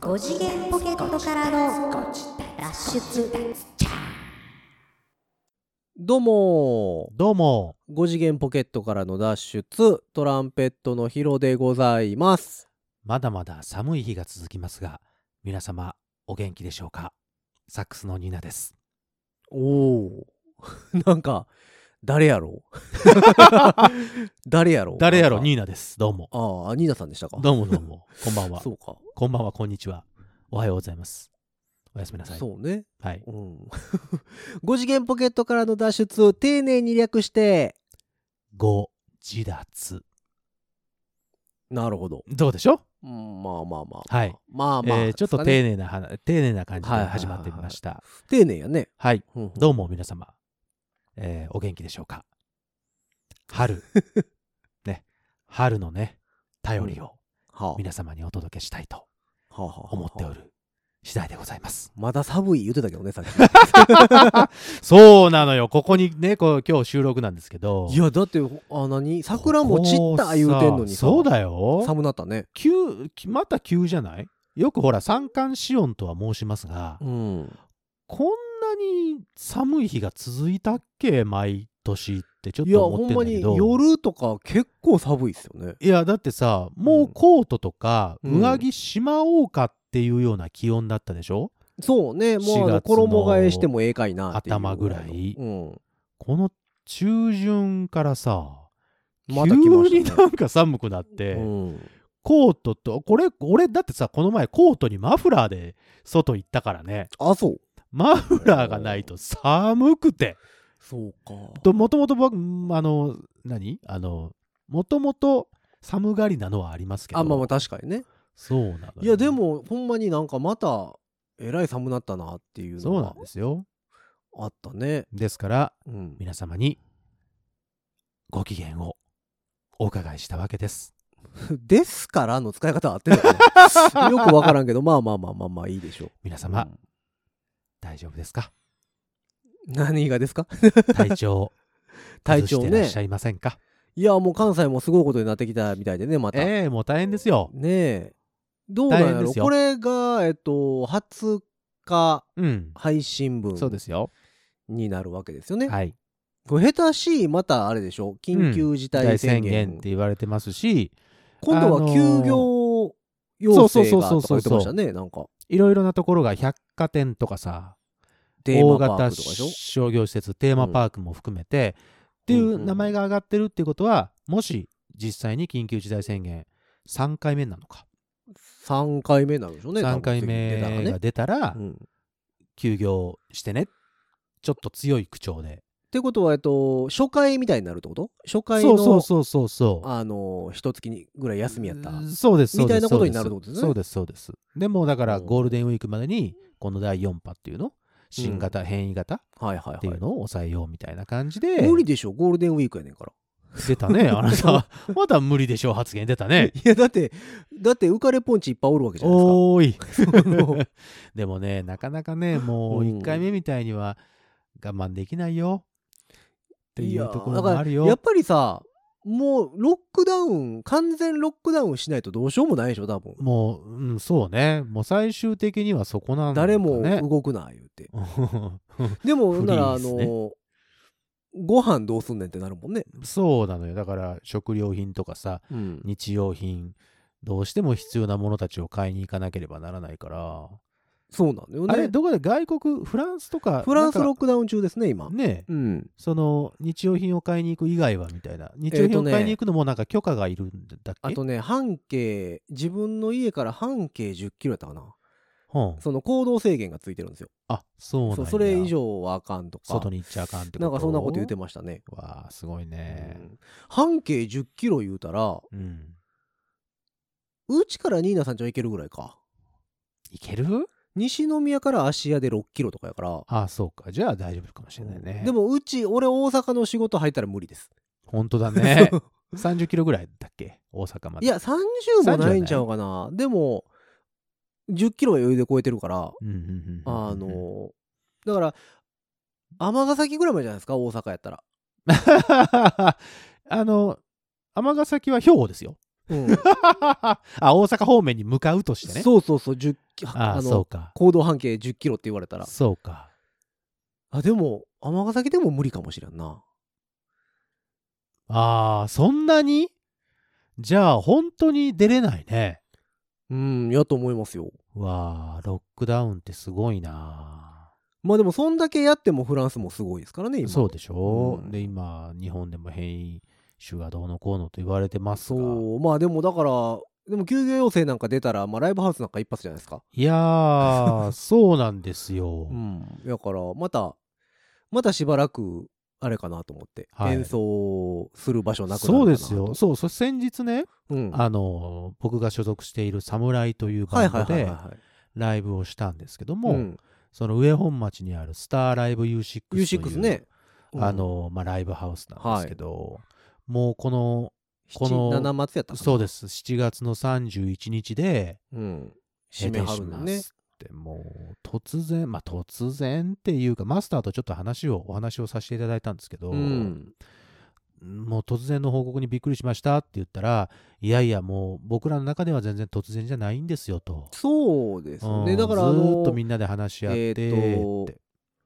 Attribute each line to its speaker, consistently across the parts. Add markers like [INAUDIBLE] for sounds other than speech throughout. Speaker 1: 5次元ポケットからの脱出
Speaker 2: どうも
Speaker 3: どうも、
Speaker 2: ー5次元ポケットからの脱出トランペットのヒロでございます
Speaker 3: まだまだ寒い日が続きますが、皆様お元気でしょうかサックスのニーナです。
Speaker 2: おお [LAUGHS] なんか誰やろう誰やろう [LAUGHS]
Speaker 3: 誰や
Speaker 2: な
Speaker 3: ろ
Speaker 2: んか
Speaker 3: ニーナです。どうも。
Speaker 2: ああニーナさんでしたか
Speaker 3: どうもどう
Speaker 2: [LAUGHS]
Speaker 3: も。こんばんは
Speaker 2: そ。うか
Speaker 3: こんばんは、こんにちは。おはようございます。おやすみなさい。
Speaker 2: そうね
Speaker 3: はい。
Speaker 2: うん [LAUGHS] 5次元ポケットからの脱出を丁寧に略して
Speaker 3: ご自立。
Speaker 2: なるほど
Speaker 3: どうでしょ
Speaker 2: うんまあまあまあ
Speaker 3: はい
Speaker 2: まあ
Speaker 3: う、
Speaker 2: まあ、
Speaker 3: えーちょっと
Speaker 2: ですか
Speaker 3: 丁
Speaker 2: ね
Speaker 3: 寧な話、丁寧な感じで
Speaker 2: はいはいはいはい
Speaker 3: 始まってみました。
Speaker 2: 丁寧やね
Speaker 3: はい。
Speaker 2: うんうん
Speaker 3: どうも皆様、えーお元気でしょうか
Speaker 2: [LAUGHS]
Speaker 3: 春。ね。春のね、頼りを
Speaker 2: は
Speaker 3: 皆様にお届けしたいと
Speaker 2: あはあはあはあ
Speaker 3: 思っておる次第でございます。 [LAUGHS]
Speaker 2: まだ寒い言ってたけどねさっき
Speaker 3: そうなのよ。ここにね、こう今日収録なんですけど。
Speaker 2: いやだってあ何桜も散った言うてんのにさ
Speaker 3: そうだよ。
Speaker 2: 寒なったね
Speaker 3: 急、また急じゃないよくほら、三寒四温とは申しますが、
Speaker 2: うん
Speaker 3: こんなに寒い日が続いたっけ毎年ってちょっ
Speaker 2: いや
Speaker 3: と
Speaker 2: ほ
Speaker 3: 思っ
Speaker 2: ん
Speaker 3: てん
Speaker 2: ま
Speaker 3: だけ
Speaker 2: に
Speaker 3: ど。
Speaker 2: 夜とか結構寒いっすよね
Speaker 3: いや、だってさ、もうコートとか、
Speaker 2: うん
Speaker 3: 上着しまおうかっていうような気温だったでしょ
Speaker 2: そうねもうあ
Speaker 3: 4
Speaker 2: の
Speaker 3: 月の
Speaker 2: 衣替えしてもええかいなっていう
Speaker 3: 頭ぐらい
Speaker 2: うん
Speaker 3: この中旬からさ、
Speaker 2: また来ま
Speaker 3: 急
Speaker 2: し
Speaker 3: に
Speaker 2: た
Speaker 3: な
Speaker 2: ね
Speaker 3: んか寒くなって、
Speaker 2: うん
Speaker 3: コートと、これ、俺だってさ、この前コートにマフラーで外行ったからね、
Speaker 2: あそう
Speaker 3: マフラーがないと寒くて、
Speaker 2: そうか
Speaker 3: と、もともと僕、んあの、何あの、もともと寒がりなのはありますけど、
Speaker 2: あまあまあ確かにね
Speaker 3: そうなのよ
Speaker 2: いやで、もほんまになんかまたえらい寒なったなっていう
Speaker 3: そう
Speaker 2: の
Speaker 3: なん
Speaker 2: が
Speaker 3: ですよ。
Speaker 2: あったね
Speaker 3: ですから、
Speaker 2: うん
Speaker 3: 皆様に、ご機嫌をお伺いしたわけです。
Speaker 2: [LAUGHS] ですからの使い方合ってるのかな
Speaker 3: [LAUGHS]
Speaker 2: よくわからんけどまあまあまあまあまあいいでしょう
Speaker 3: 皆様、大丈夫ですか [LAUGHS]
Speaker 2: 何がですか
Speaker 3: 体調、
Speaker 2: 体
Speaker 3: 崩し
Speaker 2: 調
Speaker 3: てらっ
Speaker 2: ね
Speaker 3: しゃいませんか、
Speaker 2: いやもう関西もすごいことになってきたみたいでねまた、
Speaker 3: ええもう大変ですよ。
Speaker 2: ねえどうなんや
Speaker 3: 大変
Speaker 2: ろ
Speaker 3: ですよ
Speaker 2: これがえっと20日
Speaker 3: うん。
Speaker 2: 配信分
Speaker 3: そうですよ。
Speaker 2: になるわけですよね
Speaker 3: はい。
Speaker 2: これ下手しいまたあれでしょ緊急事態
Speaker 3: 大
Speaker 2: 宣
Speaker 3: 宣
Speaker 2: 言,、
Speaker 3: 言って言われてますし、
Speaker 2: 今度は休業要請がとか言ってましたねなんか
Speaker 3: いろいろなところが百貨店とかさ、
Speaker 2: テー
Speaker 3: 大
Speaker 2: マパー
Speaker 3: 型
Speaker 2: クとかでしょ
Speaker 3: 商業施設、テーマパークも含めて、ってい
Speaker 2: んうん
Speaker 3: う
Speaker 2: うん
Speaker 3: 名前が上がってるってことは、もし実際に緊急事態宣言3回目なのか、
Speaker 2: 3回目なんでしょうね
Speaker 3: 3回
Speaker 2: 多分次
Speaker 3: 目
Speaker 2: 出たら
Speaker 3: が
Speaker 2: ね
Speaker 3: 出たら
Speaker 2: う、ん
Speaker 3: 休業してね。ちょっと強い口調で。
Speaker 2: ってことは、えっと、初回みたいになるってこと初回の
Speaker 3: そうそうそうそうそう。
Speaker 2: あの一月にぐらい休みやった、
Speaker 3: そうですそ
Speaker 2: み
Speaker 3: うです
Speaker 2: たいなことになるってことですね
Speaker 3: そうですそうですでもうだから
Speaker 2: うん
Speaker 3: ゴールデンウィークまでにこの第4波っていうの新型、変異型
Speaker 2: はいは
Speaker 3: って
Speaker 2: い
Speaker 3: い
Speaker 2: は
Speaker 3: う
Speaker 2: い
Speaker 3: のを抑えようみたいな感じで
Speaker 2: 無理でしょゴールデンウィークやねんから
Speaker 3: 出
Speaker 2: [LAUGHS]
Speaker 3: たねあなたまだ無理でしょう発言出たね
Speaker 2: いやだってだって浮かれポンチいっぱいおるわけじゃないですか
Speaker 3: おーい
Speaker 2: の
Speaker 3: [LAUGHS] でもねなかなかねもう
Speaker 2: うん
Speaker 3: 1回目みたいには我慢できないよっていうところ
Speaker 2: いや
Speaker 3: もある
Speaker 2: だからやっ
Speaker 3: よ
Speaker 2: ぱりさもうロックダウン完全ロックダウンしないとどうしようもないでしょ多分、
Speaker 3: もう、うん、そうねもう最終的にはそこなんだ、
Speaker 2: 誰
Speaker 3: ね、
Speaker 2: も動くな言うてで
Speaker 3: [LAUGHS] フ
Speaker 2: も
Speaker 3: リー
Speaker 2: ならあ
Speaker 3: ですね
Speaker 2: のご飯どうすんねんってなるもんね、
Speaker 3: そうなのよだから食料品とかさ
Speaker 2: うん、
Speaker 3: 日用品どうしても必要なものたちを買いに行かなければならないから、
Speaker 2: そうなんだよ
Speaker 3: あれ
Speaker 2: ね
Speaker 3: どこで外国フランスとか
Speaker 2: フランス
Speaker 3: なん
Speaker 2: ロッ
Speaker 3: か
Speaker 2: クダウン中ですね今
Speaker 3: ね
Speaker 2: うん
Speaker 3: その日用品を買いに行く以外はみたいな日用品を買いに行くのもなんか許可がいるんだっけ、
Speaker 2: あとね半径自分の家から半径1 0キロやったかな
Speaker 3: うん
Speaker 2: その行動制限がついてるんですよ
Speaker 3: あそうなん
Speaker 2: そ
Speaker 3: だ
Speaker 2: うそれ以上はあかんとか
Speaker 3: 外に行っちゃあかんってこと
Speaker 2: なんかそんなこと言ってましたね、
Speaker 3: わあすごいね
Speaker 2: うん半径1 0キロ言うたら
Speaker 3: うん、
Speaker 2: うちからニーナさんちゃん行けるぐらいか
Speaker 3: いける
Speaker 2: 西宮から芦屋で6キロとかやから
Speaker 3: あそうかじゃあ大丈夫かもしれないね、
Speaker 2: でもうち俺大阪の仕事入ったら無理です、
Speaker 3: 本当
Speaker 2: [LAUGHS]
Speaker 3: だね30キロぐらいだっけ大阪まで
Speaker 2: いや30もないんちゃうかなでも1 0キロは余裕で超えてるから
Speaker 3: うんうんうんうんうん
Speaker 2: あの
Speaker 3: [LAUGHS]
Speaker 2: だから尼崎ぐらいまでじゃないですか大阪やったら
Speaker 3: あの、尼崎は兵庫ですよ。 [LAUGHS]
Speaker 2: うん、
Speaker 3: あ、大阪方面に向かうとしてね。
Speaker 2: そうそうそう10キロ
Speaker 3: あ
Speaker 2: あ
Speaker 3: あ、
Speaker 2: の
Speaker 3: そうか。
Speaker 2: 行動半径10キロって言われたら
Speaker 3: そうか。
Speaker 2: あでも尼崎でも無理かもしれんな
Speaker 3: ああ、そんなにじゃあ、本当に出れないね。
Speaker 2: うんやと思いますよ
Speaker 3: わあ、ロックダウンってすごいな。
Speaker 2: まあでもそんだけやってもフランスもすごいですからね今
Speaker 3: そうでしょ、
Speaker 2: う
Speaker 3: うんで、今、日本でも変異種がどうのこうのと言われてますが。
Speaker 2: そうまあでもだからでも休業要請なんか出たら、まあ、ライブハウスなんか一発じゃないですか
Speaker 3: いやー、そうなんですよ。
Speaker 2: うんだからまたまたしばらくあれかなと思って、
Speaker 3: はい
Speaker 2: 演奏する場所なくなるかな
Speaker 3: そうですよ。そう、そう先日ね、
Speaker 2: うん、
Speaker 3: あの、僕が所属しているサムライという
Speaker 2: は
Speaker 3: バ
Speaker 2: い
Speaker 3: ン
Speaker 2: はい
Speaker 3: ド
Speaker 2: はい
Speaker 3: で
Speaker 2: はい
Speaker 3: ライブをしたんですけども、
Speaker 2: ん、
Speaker 3: その上本町にあるスターライブ U6 という
Speaker 2: U6 ね、うん
Speaker 3: あの、まあ、ライブハウスなんですけど、もうこの、こ
Speaker 2: 七
Speaker 3: の
Speaker 2: 7松やったかな
Speaker 3: そうです、7月の31日で、
Speaker 2: うん締めはるの
Speaker 3: 閉
Speaker 2: ね
Speaker 3: 店しますってもう突然、まあ、突然っていうか、マスターとちょっと話を、お話をさせていただいたんですけど、
Speaker 2: うん
Speaker 3: もう突然の報告にびっくりしましたって言ったら、いやいや、もう僕らの中では全然突然じゃないんですよと。
Speaker 2: そうです
Speaker 3: うん
Speaker 2: ねだからあ
Speaker 3: ずー
Speaker 2: の
Speaker 3: っとみんなで話し合ってって、
Speaker 2: えーと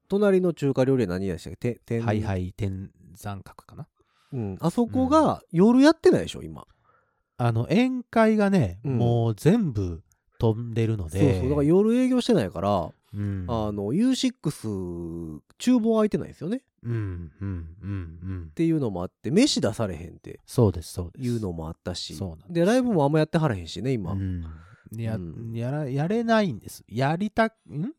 Speaker 2: 隣の中華料理屋何屋でしたっけててん
Speaker 3: はいはい、天山閣かな。
Speaker 2: うん、あそこが夜やってないでしょ今
Speaker 3: あの、宴会がね、
Speaker 2: うん
Speaker 3: もう全部飛んでるので、
Speaker 2: そうそうだから夜営業してないから、
Speaker 3: うん、
Speaker 2: あの U6 厨房空いてないですよねっ
Speaker 3: うん、うん、うん、うん。
Speaker 2: ていうのもあって飯出されへんって
Speaker 3: そうです、そうです。
Speaker 2: いうのもあったし
Speaker 3: そうなんですよ
Speaker 2: でライブもあんまやってはらへんしね今、
Speaker 3: うんや
Speaker 2: うん
Speaker 3: やらやれないんですやりたん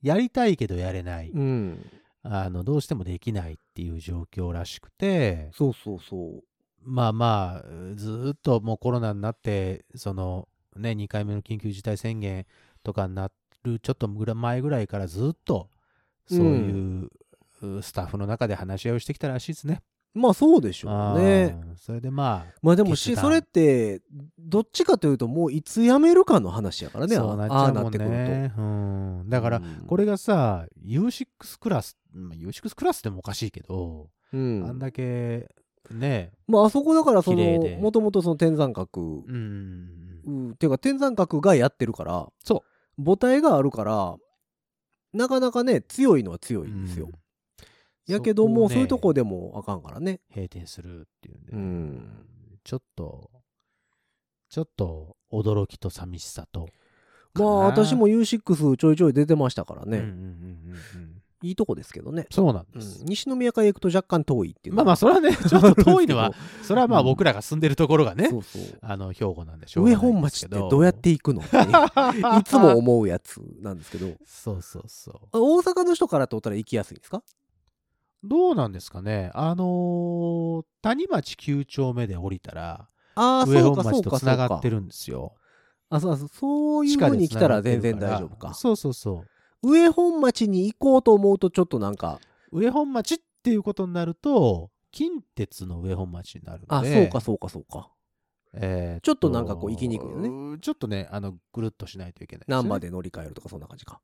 Speaker 3: やりたいけどやれない、
Speaker 2: うん
Speaker 3: あのどうしてもできないっていう状況らしくて
Speaker 2: そうそうそう
Speaker 3: まあまあずーっともうコロナになってそのね2回目の緊急事態宣言とかになるちょっとぐら前ぐらいからずーっとそういう、うスタッフの中で話し合いをしてきたらしいですね。
Speaker 2: まあそうでしょうね
Speaker 3: あーそれでまあ
Speaker 2: まあでも
Speaker 3: 決
Speaker 2: し
Speaker 3: 断
Speaker 2: それってどっちかというともういつ辞めるかの話やからね
Speaker 3: そうなっち
Speaker 2: あ
Speaker 3: ゃ
Speaker 2: あ
Speaker 3: う
Speaker 2: な
Speaker 3: も
Speaker 2: んってくると、
Speaker 3: ね。うん、だから、
Speaker 2: うん
Speaker 3: これがさ U6 クラス、まあ、U6 クラスでもおかしいけど、
Speaker 2: うん
Speaker 3: あんだけね
Speaker 2: まああそこだからそ
Speaker 3: 綺麗
Speaker 2: の
Speaker 3: で
Speaker 2: もともとその天山閣、
Speaker 3: うん
Speaker 2: うん、ていうか天山閣がやってるから
Speaker 3: そ
Speaker 2: 母体があるからなかなかね強いのは強
Speaker 3: う
Speaker 2: いんですよ、
Speaker 3: うん
Speaker 2: やけども
Speaker 3: こね
Speaker 2: そういうとこでもあかんからね
Speaker 3: 閉店するっていうんで、
Speaker 2: うん
Speaker 3: ちょっとちょっと驚きと寂しさと
Speaker 2: まあ
Speaker 3: かな
Speaker 2: 私も U6 ちょいちょい出てましたからね、
Speaker 3: うんうんうんうんうん
Speaker 2: いいとこですけどね、
Speaker 3: そうなん
Speaker 2: う
Speaker 3: で
Speaker 2: ん
Speaker 3: す、
Speaker 2: 西宮から行くと若干遠いっていう
Speaker 3: まあまあ [LAUGHS]
Speaker 2: ち
Speaker 3: それ
Speaker 2: [LAUGHS]
Speaker 3: はねちょっと遠いのはそれはまあ
Speaker 2: うん
Speaker 3: 僕らが住んでるところがね、
Speaker 2: [LAUGHS] そうそう
Speaker 3: あの兵庫なんでしょうが
Speaker 2: 上
Speaker 3: ない
Speaker 2: 本
Speaker 3: です
Speaker 2: 町
Speaker 3: け
Speaker 2: ってどうやって行くのっていつも思うやつなんですけど
Speaker 3: [LAUGHS] そうそうそう
Speaker 2: あ大阪の人から通ったら行きやすいんですか
Speaker 3: どうなんですかね、あのー谷町9丁目で降りたら、
Speaker 2: ああ
Speaker 3: 上
Speaker 2: そう
Speaker 3: 本
Speaker 2: かそ
Speaker 3: 町
Speaker 2: う
Speaker 3: と
Speaker 2: か
Speaker 3: つ
Speaker 2: そう
Speaker 3: ながっ
Speaker 2: か
Speaker 3: てるんですよ。
Speaker 2: あそうそうそうい
Speaker 3: 地
Speaker 2: う
Speaker 3: 下
Speaker 2: 風
Speaker 3: で
Speaker 2: に来たら
Speaker 3: 繋がっ
Speaker 2: 全
Speaker 3: てる
Speaker 2: 然大丈夫か
Speaker 3: そうそうそ
Speaker 2: 上本町に行こうと思うとちょっとなんか
Speaker 3: う。上本町っていうことになると、近鉄の上本町になるの
Speaker 2: あ、
Speaker 3: で、
Speaker 2: そうかそうかそうか
Speaker 3: えー
Speaker 2: ちょっとなんかこう行きにくいよね
Speaker 3: ね。ちょっとね、あのぐるっとしないといけないですよね、
Speaker 2: 難波で乗り換えるとかそんな感じか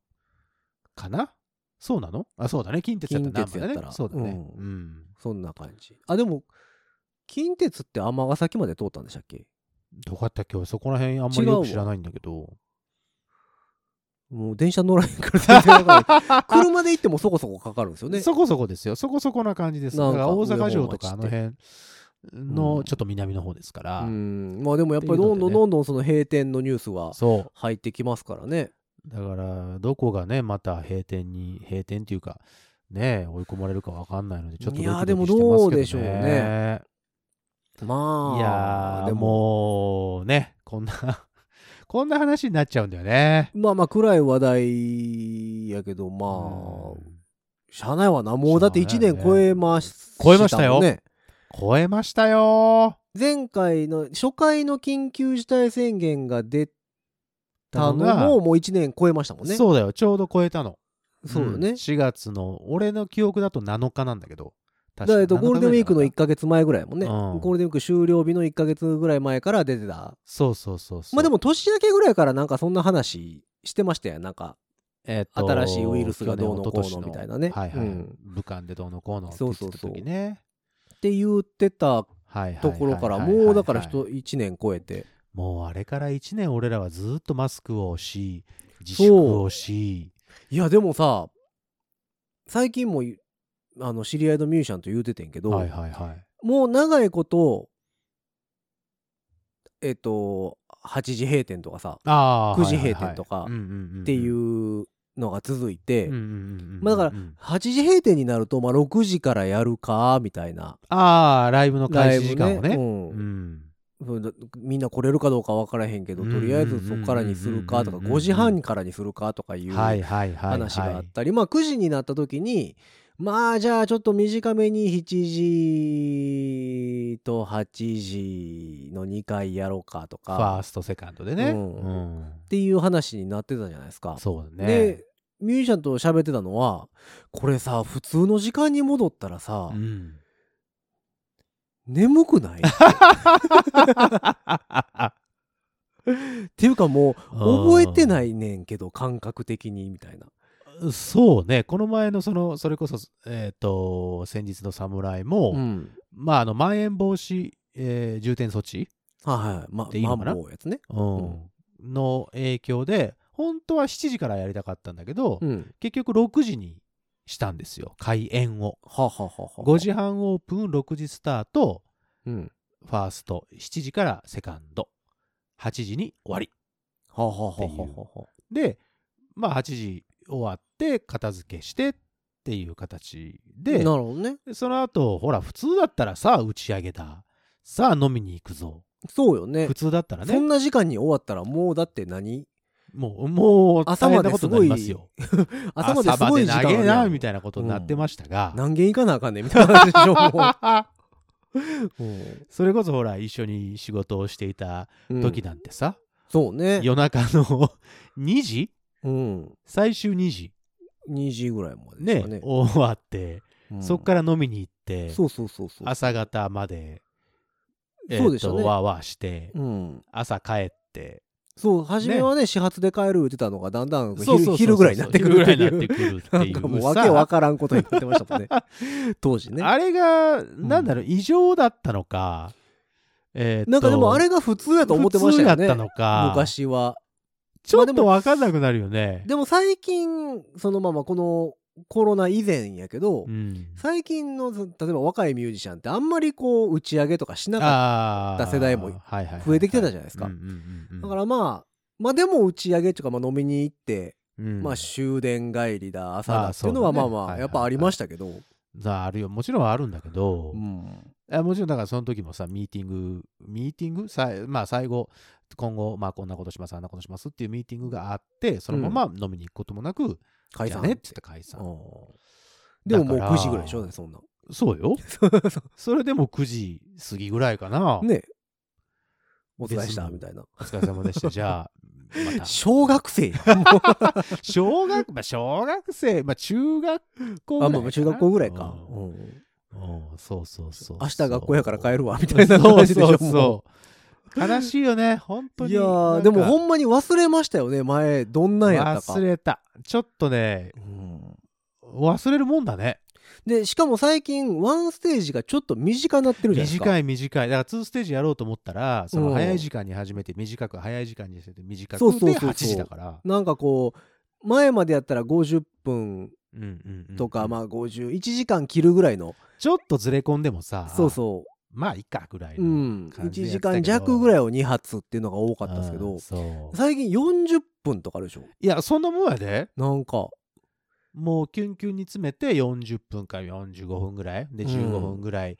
Speaker 3: かなそうなのあ、そうだね。近鉄やったら難波だ
Speaker 2: 近鉄やった
Speaker 3: ね。
Speaker 2: ら
Speaker 3: そうだね。
Speaker 2: う
Speaker 3: うん。
Speaker 2: そんな感じあでも近鉄って尼崎まで通ったんでしたっけ
Speaker 3: どこやったっけ俺そこら辺あんま
Speaker 2: 違
Speaker 3: り
Speaker 2: うわ
Speaker 3: よく知らないんだけど。
Speaker 2: もう電車乗らへんから全然わから
Speaker 3: [LAUGHS]
Speaker 2: ない車で行ってもそこそこかかるんですよね
Speaker 3: そこそこですよ。そこそこな感じです。
Speaker 2: な
Speaker 3: だ
Speaker 2: ん
Speaker 3: か
Speaker 2: から
Speaker 3: 大阪城とかあ
Speaker 2: 上本
Speaker 3: の
Speaker 2: 町って
Speaker 3: 辺
Speaker 2: う
Speaker 3: の
Speaker 2: ん
Speaker 3: ちょっと南の方ですから。
Speaker 2: うんまあでもやっぱりどんどんどんどんその閉店のニュースは
Speaker 3: そ
Speaker 2: 入ってきますからね
Speaker 3: う。だから、どこがね、また閉店に、閉店っていうか、ね、追い込まれるかわかんないので、ちょっとドキドキしてます
Speaker 2: い
Speaker 3: けど、ね。
Speaker 2: やーでもどうでしょうね。まあ
Speaker 3: いやー、
Speaker 2: で
Speaker 3: で
Speaker 2: も
Speaker 3: もう、ね、こんな、 [LAUGHS] こんな話になっちゃうんだよね。
Speaker 2: まあまあ暗い話題やけどまあ
Speaker 3: うん
Speaker 2: 社内はなもうだって1年超えました
Speaker 3: 超えましたよ
Speaker 2: もんね
Speaker 3: 超えましたよ
Speaker 2: 前回の初回の緊急事態宣言が出たの
Speaker 3: が
Speaker 2: ももう1年超えましたもんね
Speaker 3: そうだよ、ちょうど超えたの。
Speaker 2: そうよね、
Speaker 3: ん4月の、俺の記憶だと7日なんだけど。確
Speaker 2: だけど
Speaker 3: 7日
Speaker 2: ゴールデンウィークの
Speaker 3: ぐらい
Speaker 2: 1
Speaker 3: か
Speaker 2: ヶ
Speaker 3: な
Speaker 2: 月前ぐらいもんね、
Speaker 3: うん
Speaker 2: ゴールデンウィーク終了日の1ヶ月ぐらい前から出てた
Speaker 3: そうそうそうそう。
Speaker 2: まあでも年明けぐらいからなんかそんな話してましたよなんか
Speaker 3: えーと
Speaker 2: 新しいウイルスがどうのこうの
Speaker 3: 去年一昨年
Speaker 2: みたいなね
Speaker 3: はいはい
Speaker 2: うん
Speaker 3: 武漢でどうのこうのって言ってた時ね
Speaker 2: って言ってた
Speaker 3: はいはいはいはいはい
Speaker 2: ところからもうだから人1年超えて
Speaker 3: もうあれから1年俺らはずっとマスクをし自粛をし
Speaker 2: いやでもさ最近もいあの知り合いのミュージシャンと言うててんけど、
Speaker 3: はいはいはい
Speaker 2: もう長いことえっと8時閉店とかさ
Speaker 3: あー
Speaker 2: 9時閉店とか
Speaker 3: はいはいはいうんうんんん
Speaker 2: っていうのが続いて、
Speaker 3: うんうんうんうん
Speaker 2: まあだか
Speaker 3: う
Speaker 2: ら
Speaker 3: ん
Speaker 2: 8時閉店になると、まあ、6時からやるかみたいな
Speaker 3: ああライブの開始時間を
Speaker 2: ライ
Speaker 3: ね
Speaker 2: ブ
Speaker 3: う
Speaker 2: うん
Speaker 3: ん
Speaker 2: そうだみんな来れるかどうか分からへんけど、
Speaker 3: うん
Speaker 2: とりあえずそこからにするかとか、
Speaker 3: うんうんうんうん
Speaker 2: 5時半からにするかとかいう
Speaker 3: はい
Speaker 2: 話
Speaker 3: はいはい
Speaker 2: があ
Speaker 3: は
Speaker 2: っ
Speaker 3: い
Speaker 2: たり、まあ9時になった時にまあじゃあちょっと短めに7時と8時の2回やろうかと
Speaker 3: ファ
Speaker 2: か
Speaker 3: ーストセカンドでね
Speaker 2: うん
Speaker 3: うん
Speaker 2: っていう話になってたじゃないですか。
Speaker 3: そうだね
Speaker 2: でミュージシャンと喋ってたのはこれさ普通の時間に戻ったらさ、
Speaker 3: うん
Speaker 2: 眠く
Speaker 3: [LAUGHS]
Speaker 2: ないっていうかもう覚えてないねんけど感覚的にみたいな。
Speaker 3: そうね、この前のその、それこそ、えっ、と、先日の侍も、
Speaker 2: うん、
Speaker 3: まあ、あの、まん延防止、えー重点措置、
Speaker 2: はいはい、ま
Speaker 3: でいいのかな
Speaker 2: マンボウやつね。
Speaker 3: うんの影響で、本当は7時からやりたかったんだけど、
Speaker 2: うん、
Speaker 3: 結局6時にしたんですよ、開演を。
Speaker 2: ははははは。
Speaker 3: 5時半オープン、6時スタート、
Speaker 2: うん。
Speaker 3: ファースト、7時からセカンド、8時に終わり。
Speaker 2: はははははは。
Speaker 3: で、まあ、8時終わって、片付けしてっていう形で、
Speaker 2: なるほどね。
Speaker 3: でその後ほら普通だったらさあ打ち上げださあ飲みに行くぞ
Speaker 2: そうよね
Speaker 3: 普。通だったら
Speaker 2: そん
Speaker 3: ね
Speaker 2: な時間に終わったらもうだって何
Speaker 3: もうもう
Speaker 2: 朝
Speaker 3: 大変
Speaker 2: ま
Speaker 3: な
Speaker 2: で
Speaker 3: こと
Speaker 2: す
Speaker 3: にな
Speaker 2: ご
Speaker 3: り
Speaker 2: い
Speaker 3: ますよ
Speaker 2: 朝まですごい時間
Speaker 3: 朝まで長え
Speaker 2: や
Speaker 3: なんみたいなことになってましたが、
Speaker 2: 何軒行かなあかんねんみたいな話でしょ
Speaker 3: [LAUGHS]
Speaker 2: もう
Speaker 3: それこそほら一緒に仕事をしていた
Speaker 2: うん。
Speaker 3: 時なんてさ、
Speaker 2: そうね。
Speaker 3: 夜中の [LAUGHS] 2時
Speaker 2: うん。
Speaker 3: 最終2時
Speaker 2: 2時ぐらいまでで
Speaker 3: ね
Speaker 2: すかね。
Speaker 3: 終わって、
Speaker 2: うん
Speaker 3: そっから飲みに行って
Speaker 2: そうそうそうそう。
Speaker 3: 朝方までえ
Speaker 2: そう
Speaker 3: ー
Speaker 2: でした
Speaker 3: と
Speaker 2: ね
Speaker 3: わーわーして、
Speaker 2: うん。
Speaker 3: 朝帰って
Speaker 2: そう、初めはね、始発で帰る言ってたのが、だんだん
Speaker 3: そうそうそうそう
Speaker 2: 昼昼ぐらいになってくるって
Speaker 3: 昼ぐらいになっ
Speaker 2: い
Speaker 3: て
Speaker 2: う。
Speaker 3: くるって
Speaker 2: ないん
Speaker 3: う
Speaker 2: かもうわけわからんことになってましたもんね。当時ね。
Speaker 3: あれが、なんだろう、異常だったのか、えーっと
Speaker 2: なんかでもあれが普通やと思ってましたよ
Speaker 3: 普通
Speaker 2: ね
Speaker 3: やった。のか、
Speaker 2: 昔は。
Speaker 3: ちょっ
Speaker 2: まあで
Speaker 3: と
Speaker 2: も
Speaker 3: わかんなくなるよね。
Speaker 2: でも最近、そのままこのコロナ以前やけど
Speaker 3: う、ん、
Speaker 2: 最近のそ例えば若いミュージシャンってあんまりこう打ち上げとかしなかっ
Speaker 3: あ、
Speaker 2: 世代も増えてきてたじゃないですかた。だかららまあ、まあでも打ち上げっていうか、まあ飲みに行って、
Speaker 3: うん
Speaker 2: まあ終電帰りだ、朝だ
Speaker 3: あー
Speaker 2: っていうのは
Speaker 3: そう
Speaker 2: ま
Speaker 3: だね
Speaker 2: あ
Speaker 3: はい
Speaker 2: ま
Speaker 3: は
Speaker 2: あ、
Speaker 3: い
Speaker 2: やっぱありましたけど。
Speaker 3: あるよ。もちろんあるんだけど、
Speaker 2: うん
Speaker 3: あもちろんだからその時もさ、ミーティング、ミーティングさまあ最後、今後、まあこんなことします、あんなことしますっていうミーティングがあって、そのまま飲みに行くこともなく、
Speaker 2: 解
Speaker 3: じゃあ
Speaker 2: 散
Speaker 3: ねって言って解
Speaker 2: あ
Speaker 3: 散。
Speaker 2: ーでももう
Speaker 3: だから
Speaker 2: 9時ぐらいでしょ、そんな。
Speaker 3: そ
Speaker 2: [LAUGHS]
Speaker 3: うよ。それでも9時過ぎぐらいかな。
Speaker 2: ねお疲れした
Speaker 3: 別に
Speaker 2: みたいな。
Speaker 3: お疲れ様でした。じゃあ、
Speaker 2: [LAUGHS]
Speaker 3: また。
Speaker 2: 小学生やんも
Speaker 3: 小学、まあ、小学生、まあ、中学校
Speaker 2: う
Speaker 3: ぐ
Speaker 2: あ、
Speaker 3: ら
Speaker 2: ま
Speaker 3: いかな。
Speaker 2: あまあ中学校ぐらいか。
Speaker 3: う
Speaker 2: うんん
Speaker 3: うんそうそうそう。
Speaker 2: 明日学校やから帰
Speaker 3: る
Speaker 2: るわ、みたいな感じでしょ。
Speaker 3: そうそう
Speaker 2: も
Speaker 3: そう。悲しいよね、本当
Speaker 2: う
Speaker 3: に。
Speaker 2: いや
Speaker 3: なん
Speaker 2: ー、
Speaker 3: か
Speaker 2: でもほんまに忘れましたよね、前、どんなんやったか
Speaker 3: 忘。れた。ちょっとね、
Speaker 2: うん
Speaker 3: 忘れるもんだね。
Speaker 2: で、しかも最近、ワンステージがちょっと短くなってるじゃないですか。
Speaker 3: 短い短い。だから2ステージやろうと思ったら、そうの
Speaker 2: ん
Speaker 3: 早い時間に始めて短く、早い時間にしてて短く
Speaker 2: そうそうそう
Speaker 3: で
Speaker 2: そう
Speaker 3: 8時だから。
Speaker 2: なんかこう、前までやったら50分
Speaker 3: うんうんうん
Speaker 2: とか、まあ51時間切るぐらいの、
Speaker 3: ちょっとずれ込んでもさ、
Speaker 2: そうそ、
Speaker 3: まあ、いいかぐらいう
Speaker 2: う
Speaker 3: の
Speaker 2: ん、
Speaker 3: 感
Speaker 2: 1
Speaker 3: じでや
Speaker 2: 時
Speaker 3: ってたけど
Speaker 2: 間弱ぐらいを2発っていうのが多か
Speaker 3: だ
Speaker 2: ったんですけど、
Speaker 3: そう
Speaker 2: 最近40分とかあるでしょ
Speaker 3: いや、そんなもんやで。
Speaker 2: なんか、
Speaker 3: もうキュンキュンに詰めて40分から45分ぐらいで
Speaker 2: うん
Speaker 3: 15分ぐらい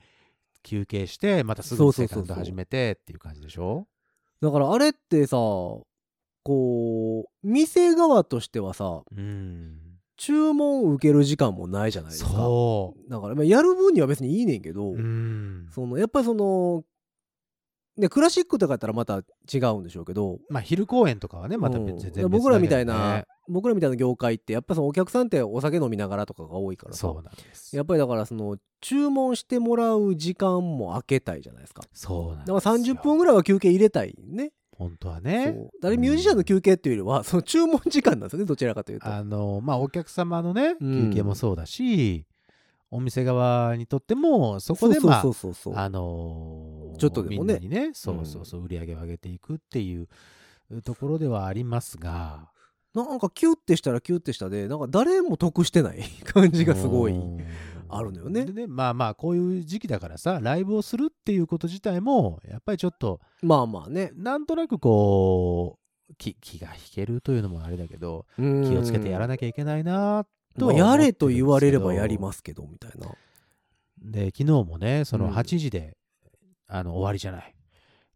Speaker 3: 休憩して、またすぐ
Speaker 2: そう
Speaker 3: に
Speaker 2: そ
Speaker 3: セ
Speaker 2: う
Speaker 3: カ
Speaker 2: そうそう
Speaker 3: ンド始めてっていう感じでしょ
Speaker 2: だからあれってさ、こう、店側としてはさ、
Speaker 3: うん。
Speaker 2: 注文受ける時間もないじゃないですか。
Speaker 3: そ
Speaker 2: だから、まあ、やる分には別にいいねんけど、
Speaker 3: う。うん。
Speaker 2: そのやっぱりその、ね、クラシックとかやったらまた違うんでしょうけど、
Speaker 3: まあ、昼公演とかはね、また
Speaker 2: うん
Speaker 3: 別全然別だけ
Speaker 2: いや
Speaker 3: どね
Speaker 2: 僕らみたいな、。僕らみたいな業界って、やっぱそのお客さんってお酒飲みながらとかが多いからさ
Speaker 3: そうなんです
Speaker 2: や。っぱりだからその、注文してもらう時間も空けたいじゃないですか。
Speaker 3: そうなんです
Speaker 2: だ
Speaker 3: よ。
Speaker 2: から30分ぐらいは休憩入れたいね。
Speaker 3: 本当は
Speaker 2: そ
Speaker 3: ね。
Speaker 2: うだからミュージシャンの休憩っていうよりは、その注文時間なんですよね、どちらかというと。
Speaker 3: あの、まあ、お客様のね、
Speaker 2: うん
Speaker 3: 休憩もそうだし、お店側にとっても、そこでまあ
Speaker 2: そう、そうそうそう。
Speaker 3: あのの
Speaker 2: ちょっとでもね
Speaker 3: みんなにねそうそうそう売り上げを上げていくっていうところではありますが
Speaker 2: なんかキュッてしたらキュッてしたでなんか誰も得してない感じがすごい
Speaker 3: うん
Speaker 2: あるのよね
Speaker 3: でねまあまあこういう時期だからさライブをするっていうこと自体もやっぱりちょっと
Speaker 2: まあまあね
Speaker 3: なんとなくこう気気が引けるというのもあれだけど
Speaker 2: 気
Speaker 3: 気をつけてやら
Speaker 2: ない
Speaker 3: なきゃいけないなと
Speaker 2: と
Speaker 3: は
Speaker 2: やれと言われればやり
Speaker 3: す
Speaker 2: ますけどみたいな
Speaker 3: で昨日もねそ
Speaker 2: うん
Speaker 3: の8時で、あの終わりじゃない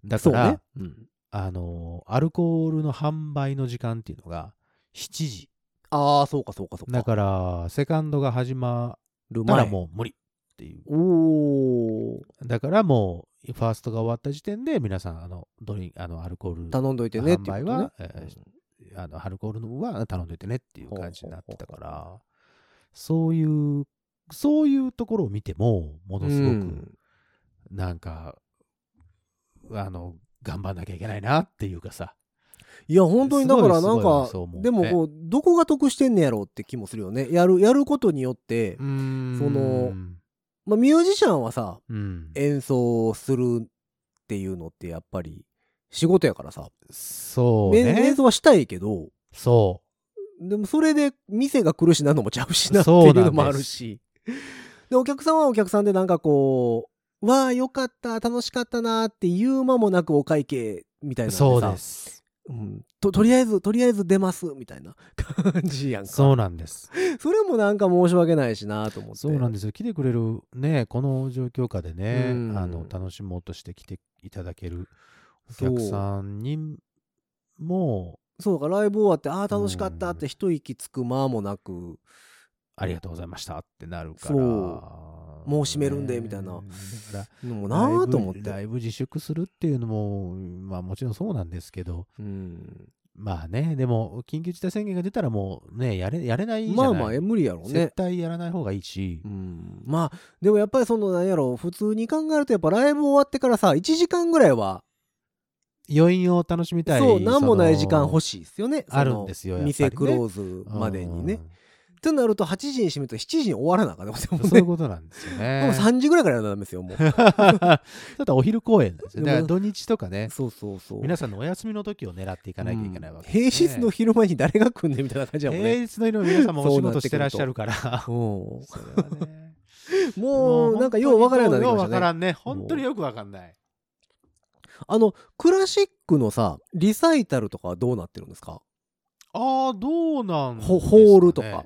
Speaker 3: だ
Speaker 2: そ
Speaker 3: か
Speaker 2: う
Speaker 3: ら、
Speaker 2: ね、うん、
Speaker 3: あのアルコールの販売の時間っていうのが7時
Speaker 2: ああそうかそうかそうか
Speaker 3: だからセカンドが始ま
Speaker 2: る
Speaker 3: った
Speaker 2: 前
Speaker 3: らもう無理っていう
Speaker 2: おお
Speaker 3: だからもうファーストが終わった時点で皆さんあのドリンあのアルコール
Speaker 2: 頼んどいてねって
Speaker 3: 販
Speaker 2: いう
Speaker 3: 売
Speaker 2: ことね
Speaker 3: は、えーあのアルコールのは頼んでいてねっていう感じになってたからそういうそういうところを見てもものすごく、なんか、あの、頑張んなきゃいけないなっていうかさ。
Speaker 2: いや本当にだから
Speaker 3: す
Speaker 2: な
Speaker 3: ご
Speaker 2: ん
Speaker 3: いすご
Speaker 2: か
Speaker 3: いそう思うね
Speaker 2: でもこうどこが得してんねやろうって気もするよねやるやることによって、ん
Speaker 3: そ
Speaker 2: まあ、ミュージシャンはさ
Speaker 3: うん。
Speaker 2: 演奏するっていうのってやっぱり仕事やからさ、
Speaker 3: そう
Speaker 2: 演演
Speaker 3: ね。
Speaker 2: 奏はしたいけど
Speaker 3: そ
Speaker 2: でもそれで店が苦しなのもちゃうしなって
Speaker 3: そう
Speaker 2: いう
Speaker 3: な
Speaker 2: ん
Speaker 3: です。
Speaker 2: のもあるしでお客さんはお客さんでなんかこう「わあよかった楽しかったな」って言う間もなくお会計みたいうな、
Speaker 3: そうですす。
Speaker 2: うん、ととりあえずとりあえず出ますみたいな感じやんか
Speaker 3: そうなんです。
Speaker 2: [LAUGHS] それもなんか申し訳ないしなと思って
Speaker 3: そうなんですよ。来てくれるね、この状況下でね、
Speaker 2: うん
Speaker 3: あの、楽しもうとして来ていただけるお
Speaker 2: そう
Speaker 3: 客さんにも、
Speaker 2: そうかライブ終わってああ楽しかったって一息つく間もなく
Speaker 3: ありがとうございましたってなるか
Speaker 2: そ
Speaker 3: ら。
Speaker 2: うもう閉めるんでみたいな
Speaker 3: ねだから
Speaker 2: のもなあと思っ
Speaker 3: ライブラ
Speaker 2: て
Speaker 3: イブ自粛するっていうのも、まあもちろんそうなんですけど、
Speaker 2: うん
Speaker 3: まあね、でも、緊急事態宣言が出たらもうね、やれやれないじゃない
Speaker 2: まあまあえ無理やろうね
Speaker 3: 絶対やらない方がいいし
Speaker 2: う、ん、まあでもやっぱりそのなんやろ普通に考えるとやっぱライブ終わってからさ1時間ぐらいは
Speaker 3: 余韻を楽しみたい。
Speaker 2: そうなんもない時間
Speaker 3: し
Speaker 2: 欲しいですよね
Speaker 3: あるんですよ
Speaker 2: その
Speaker 3: やっぱりね
Speaker 2: 店クローズまでにね。となると8時に閉めると7時に終わらなあかったもん
Speaker 3: そう
Speaker 2: ね
Speaker 3: いうことなんです
Speaker 2: [LAUGHS]
Speaker 3: よね。
Speaker 2: もう3時ぐらい
Speaker 3: [LAUGHS]
Speaker 2: からやらなダメですよもう
Speaker 3: だってお昼公演なんですよ。
Speaker 2: で
Speaker 3: だ
Speaker 2: も
Speaker 3: から土日とかね、
Speaker 2: そうそうそう
Speaker 3: 皆さんのお休みの時を狙っていかなきゃいけないわけ
Speaker 2: 平
Speaker 3: ですね、
Speaker 2: 日の昼間に誰が来んねんみたいな感じやもんね、
Speaker 3: 平日の昼の皆さんもお
Speaker 2: そ
Speaker 3: 仕
Speaker 2: うなってくると
Speaker 3: 事してらっしゃるから。
Speaker 2: うん
Speaker 3: それは [LAUGHS] ね
Speaker 2: もうなんかようわからんようにな
Speaker 3: よ
Speaker 2: って
Speaker 3: う
Speaker 2: きまし
Speaker 3: わか
Speaker 2: たね
Speaker 3: らんね。本当によくわかんない。
Speaker 2: あのクラシックのさリサイタルとかはどうなってるんですか
Speaker 3: ああ、どうなんですか
Speaker 2: ホ
Speaker 3: ね
Speaker 2: ホールとか。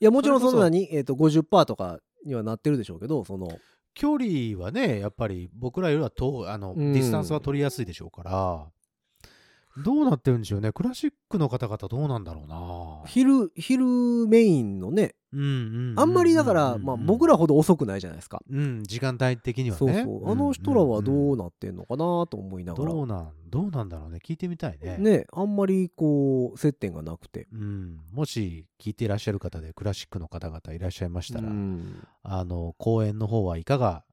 Speaker 2: いやもちろん
Speaker 3: それ
Speaker 2: そ
Speaker 3: こそ
Speaker 2: んなに、えー、と50%とかにはなってるでしょうけどその
Speaker 3: 距離はね、やっぱり僕らよりは遠あの、
Speaker 2: うん
Speaker 3: ディスタンスは取りやすいでしょうから、どうなってるんでしょうね。クラシックの方々どうなんだろうな。
Speaker 2: 昼昼メインのね
Speaker 3: うんうん
Speaker 2: あんまりだから、まあ、僕ら
Speaker 3: ほ
Speaker 2: ほど遅くないじゃないですか、
Speaker 3: うん、時間帯的にはね。
Speaker 2: そうそうあの人らはどう
Speaker 3: な
Speaker 2: なってんのかなと思いながら、
Speaker 3: どうなん、どうなんだろうね。聞いてみたいね。
Speaker 2: ねあんまりこう接点がなくて
Speaker 3: うん、もし聞いていらっしゃる方でクラシックの方々いらっしゃいましたら、
Speaker 2: うん
Speaker 3: あの公演の方はいかが